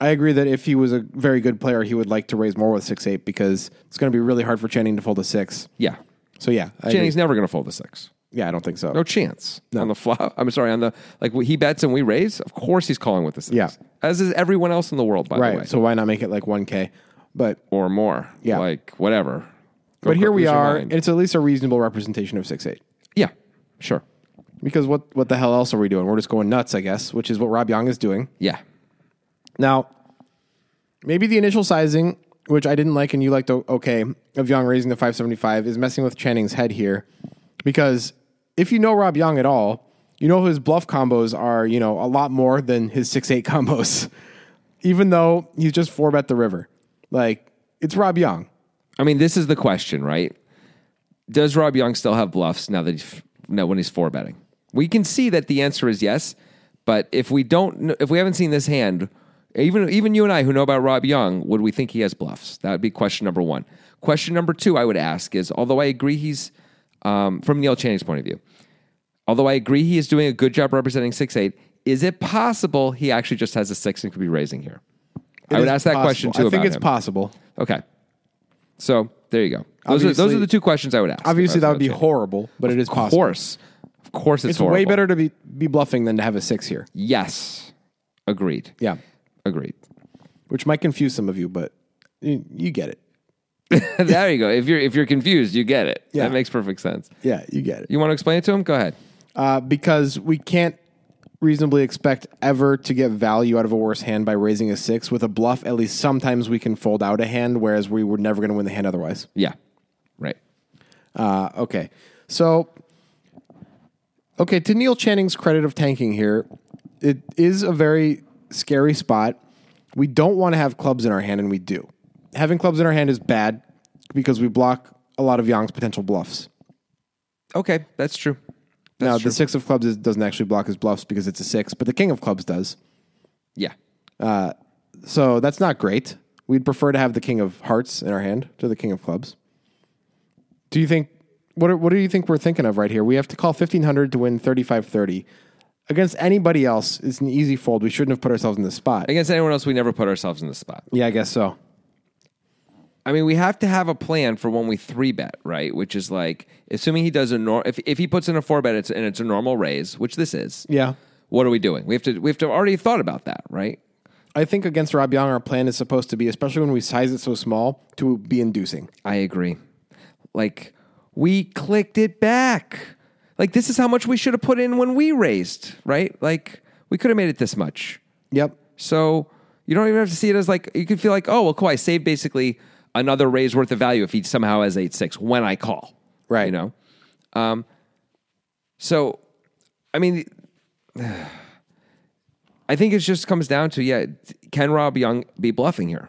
S2: I agree that if he was a very good player, he would like to raise more with six eight because it's going to be really hard for Channing to fold a six.
S1: Yeah.
S2: So yeah, I agree.
S1: Janning's never gonna fold a six.
S2: yeah, I don't think so.
S1: No chance. On the flop. I'm sorry, on the like he bets and we raise, of course he's calling with the six.
S2: Yeah.
S1: As is everyone else in the world, by the way.
S2: right. So why not make it like one k? But
S1: or more.
S2: Yeah.
S1: Like whatever. Go
S2: but here
S1: cr-
S2: we
S1: lose your
S2: are,
S1: mind.
S2: and it's at least a reasonable representation of six eight.
S1: yeah. Sure.
S2: Because what what the hell else are we doing? We're just going nuts, I guess, which is what Rob Young is doing.
S1: Yeah.
S2: Now, maybe the initial sizing, which I didn't like and you liked o- okay, of Young raising the 575 is messing with Channing's head here. Because if you know Rob Young at all, you know his bluff combos are, you know, a lot more than his 6-8 combos. Even though he's just 4-bet the river. Like, it's Rob Young.
S1: I mean, this is the question, right? Does Rob Young still have bluffs now that he's now when he's four betting? We can see that the answer is yes, but if we don't, kn- if we haven't seen this hand, Even even you and I who know about Rob Young, would we think he has bluffs? That would be question number one. Question number two, I would ask is, although I agree he's um, from Neil Channing's point of view, although I agree he is doing a good job representing six eight, is it possible he actually just has a six and could be raising here? I would
S2: It is
S1: ask that
S2: possible.
S1: question too.
S2: I think
S1: about
S2: it's
S1: him.
S2: possible.
S1: Okay. So there you go. Those are, those
S2: Obviously-
S1: are the two questions I would ask.
S2: Obviously,
S1: about
S2: that would be
S1: Neil Channing.
S2: horrible, but it is
S1: Of
S2: possible.
S1: course. Of course it's,
S2: It's
S1: horrible.
S2: way better to be, be bluffing than to have a six here.
S1: Yes. Agreed.
S2: Yeah,
S1: Agreed.
S2: which might confuse some of you, but you, you get it.
S1: there you go. If you're if you're confused, you get it.
S2: Yeah.
S1: That makes perfect sense.
S2: Yeah, you get it.
S1: You want to explain it to him? Go ahead.
S2: uh, because we can't reasonably expect ever to get value out of a worse hand by raising a six with a bluff. At least sometimes we can fold out a hand, whereas we were never going to win the hand otherwise.
S1: Yeah. Right.
S2: Uh, okay, so okay to Neil Channing's credit of tanking here, it is a very scary spot. We don't want to have clubs in our hand, and we do. Having clubs in our hand is bad because we block a lot of Young's potential bluffs.
S1: Okay, that's true.
S2: now, the six of clubs is, doesn't actually block his bluffs because it's a six, but the king of clubs does.
S1: Yeah.
S2: So that's not great. We'd prefer to have the king of hearts in our hand to the king of clubs. Do you think what are, what do you think we're thinking of right here? We have to call 1500 to win 3530. Against anybody else, it's an easy fold. We shouldn't have put ourselves in this spot.
S1: Against anyone else, we never put ourselves in the spot.
S2: Yeah, I guess so.
S1: I mean, we have to have a plan for when we three bet, right? Which is like, assuming he does a nor, if if he puts in a four bet, it's and it's a normal raise, which this is.
S2: Yeah.
S1: What are we doing? We have to we have to have already thought about that, right?
S2: I think against Rob Young, our plan is supposed to be, especially when we size it so small, to be inducing.
S1: I agree. Like we clicked it back. Like this is how much we should have put in when we raised, right? Like we could have made it this much.
S2: Yep.
S1: So you don't even have to see it as like you could feel like, oh well, cool. I saved basically another raise worth of value if he somehow has eight six when I call,
S2: Right.
S1: You know. Um. So, I mean, I think it just comes down to yeah, can Rob Young be bluffing here?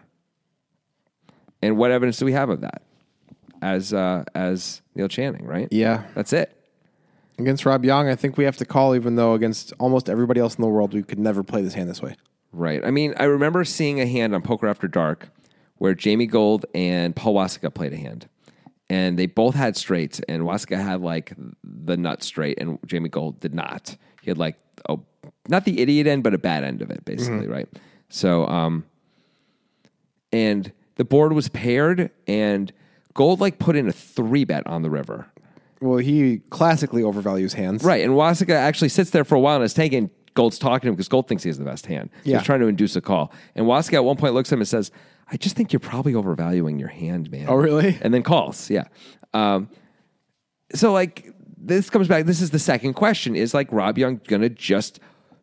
S1: And what evidence do we have of that? As uh, as Neil Channing, right?
S2: Yeah.
S1: that's it.
S2: Against Rob Young, I think we have to call, even though against almost everybody else in the world, we could never play this hand this way.
S1: Right. I mean, I remember seeing a hand on Poker After Dark where Jamie Gold and Paul Wasika played a hand. And they both had straights, and Wasika had like the nut straight, and Jamie Gold did not. He had like oh, not the idiot end, but a bad end of it, basically, right? So, um, and the board was paired, and Gold like put in a three bet on the river,
S2: Well, he classically overvalues hands.
S1: Right. And Wasika actually sits there for a while and is taking Gold's talking to him because Gold thinks he has the best hand. So
S2: Yeah.
S1: He's trying to induce a call. And Wasika at one point looks at him and says, I just think you're probably overvaluing your hand, man.
S2: Oh, really?
S1: And then calls. Yeah. Um, so, like, this comes back. This is the second question is like Rob Young going to just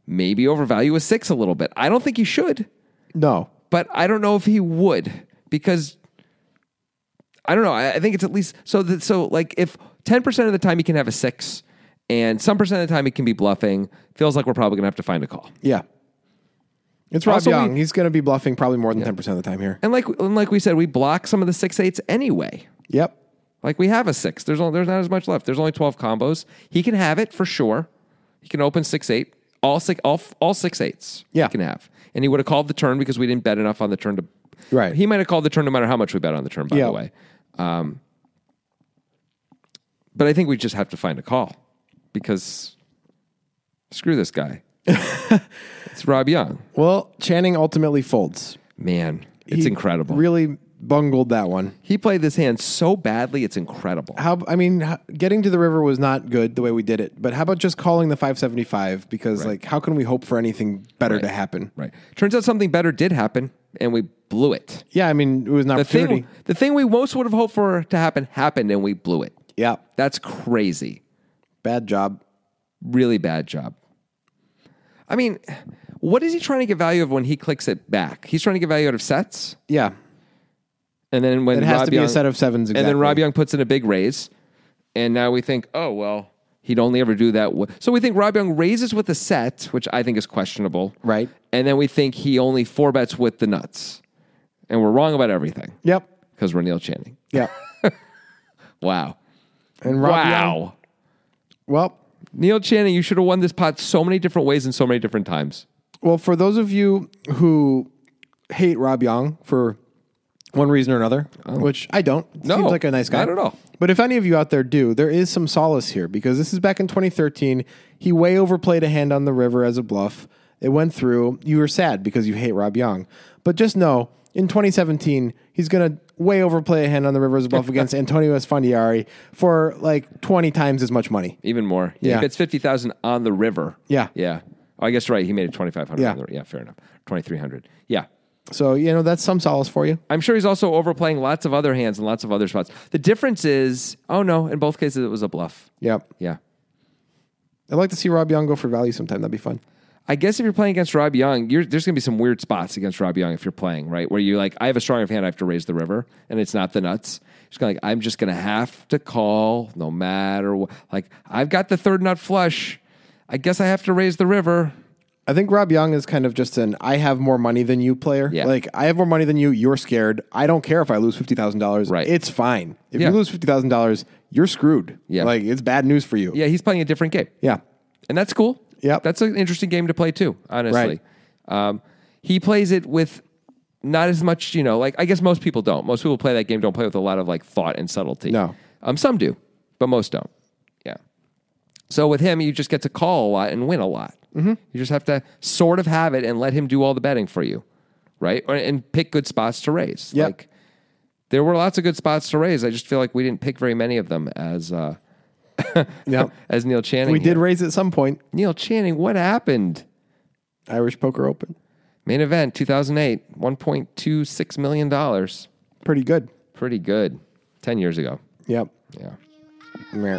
S1: maybe overvalue a six a little bit? I don't think he should,
S2: No.
S1: but I don't know if he would because I don't know. I, I think it's at least so that so like if ten percent of the time he can have a six, and some percent of the time he can be bluffing. Feels like we're probably gonna have to find a call.
S2: Yeah. It's Rob
S1: Also, we-
S2: Young. He's going to be bluffing probably more than 10% of the time here.
S1: And like and like we said, we block some of the six eights anyway.
S2: Yep.
S1: Like we have a six. There's only, there's not as much left. There's only twelve combos. He can have it for sure. He can open six eight. All six all f- all six eights.
S2: Yeah.
S1: he can have. And he would have called the turn because we didn't bet enough on the turn to.
S2: Right.
S1: He might have called the turn no matter how much we bet on the turn. By
S2: Yeah.
S1: the way. Um, but I think we just have to find a call because screw this guy. it's Rob Young.
S2: Well, Channing ultimately folds.
S1: Man, it's
S2: He
S1: incredible.
S2: Really bungled that one.
S1: he played this hand so badly. It's incredible.
S2: How I mean, h- getting to the river was not good the way we did it. But how about just calling the 575 because like how can we hope for anything better to happen?
S1: Right. Turns out something better did happen, and we blew it.
S2: Yeah, I mean, it was an
S1: The
S2: opportunity.
S1: thing, the thing we most would have hoped for to happen happened, and we blew it.
S2: yeah.
S1: That's crazy.
S2: Bad job.
S1: Really bad job. I mean, what is he trying to get value of when he clicks it back? He's trying to get value out of sets,
S2: Yeah.
S1: and then when
S2: It has
S1: Rob
S2: to be
S1: Young-
S2: a set of sevens exactly.
S1: and then Rob Young puts in a big raise, and now we think, oh well, he'd only ever do that. W-. So we think Rob Young raises with a set, which I think is questionable,
S2: Right.
S1: And then we think he only four bets with the nuts, and we're wrong about everything
S2: Yep.
S1: because we're Neil Channing.
S2: Yep.
S1: Wow,
S2: And Rob
S1: wow,
S2: Young- well,
S1: Neil Channing, you should have won this pot so many different ways and so many different times.
S2: Well, for those of you who hate Rob Young for one reason or another, which I don't,
S1: Oh. No,
S2: seems like a nice guy.
S1: not at all.
S2: But if any of you out there do, there is some solace here because this is back in 2013. He way overplayed a hand on the river as a bluff. It went through. You were sad because you hate Rob Young. But just know, in 2017, he's going to way overplay a hand on the river as a bluff against Antonio Esfandiari for like 20 times as much money.
S1: Even more. Yeah.
S2: Yeah.
S1: If it's 50,000 on the river.
S2: Yeah.
S1: Yeah. Oh, I guess right. He made it 2,500.
S2: Yeah.
S1: on the- yeah, fair enough. 2,300. Yeah.
S2: So, you know, that's some solace for you.
S1: I'm sure he's also overplaying lots of other hands and lots of other spots. The difference is, oh no, in both cases it was a bluff.
S2: Yep.
S1: Yeah.
S2: I'd like to see Rob Young go for value sometime. That'd be fun.
S1: I guess if you're playing against Rob Young, you're, there's going to be some weird spots against Rob Young if you're playing, right? Where you're like, I have a strong hand, I have to raise the river, and it's not the nuts. Just kind of like, I'm just going to have to call no matter what. Like, I've got the third nut flush. I guess I have to raise the river.
S2: I think Rob Young is kind of just an I have more money than you player.
S1: Yeah.
S2: Like, I have more money than you. You're scared. I don't care if I lose $50,000.
S1: Right.
S2: It's fine. If
S1: Yeah.
S2: you lose $50,000, you're screwed.
S1: Yeah.
S2: Like, it's bad news for you.
S1: Yeah, he's playing a different game.
S2: Yeah.
S1: And that's cool.
S2: Yep.
S1: That's an interesting game to play too, honestly. Um, he plays it with not as much, you know, like I guess most people don't. Most people play that game don't play with a lot of like thought and subtlety.
S2: No.
S1: Um, some do, but most don't. Yeah. So with him, you just get to call a lot and win a lot. Mm-hmm. You just have to sort of have it and let him do all the betting for you, right? Or- And pick good spots to raise.
S2: Yep.
S1: Like there were lots of good spots to raise. I just feel like we didn't pick very many of them as uh,
S2: Yep.
S1: as Neil Channing.
S2: we
S1: here.
S2: did raise at some point
S1: Neil Channing, what happened?
S2: Irish Poker Open.
S1: Main event 2008, $1.26 million.
S2: Pretty good.
S1: Pretty good. 10 years ago.
S2: Yep.
S1: Yeah.
S2: Meh.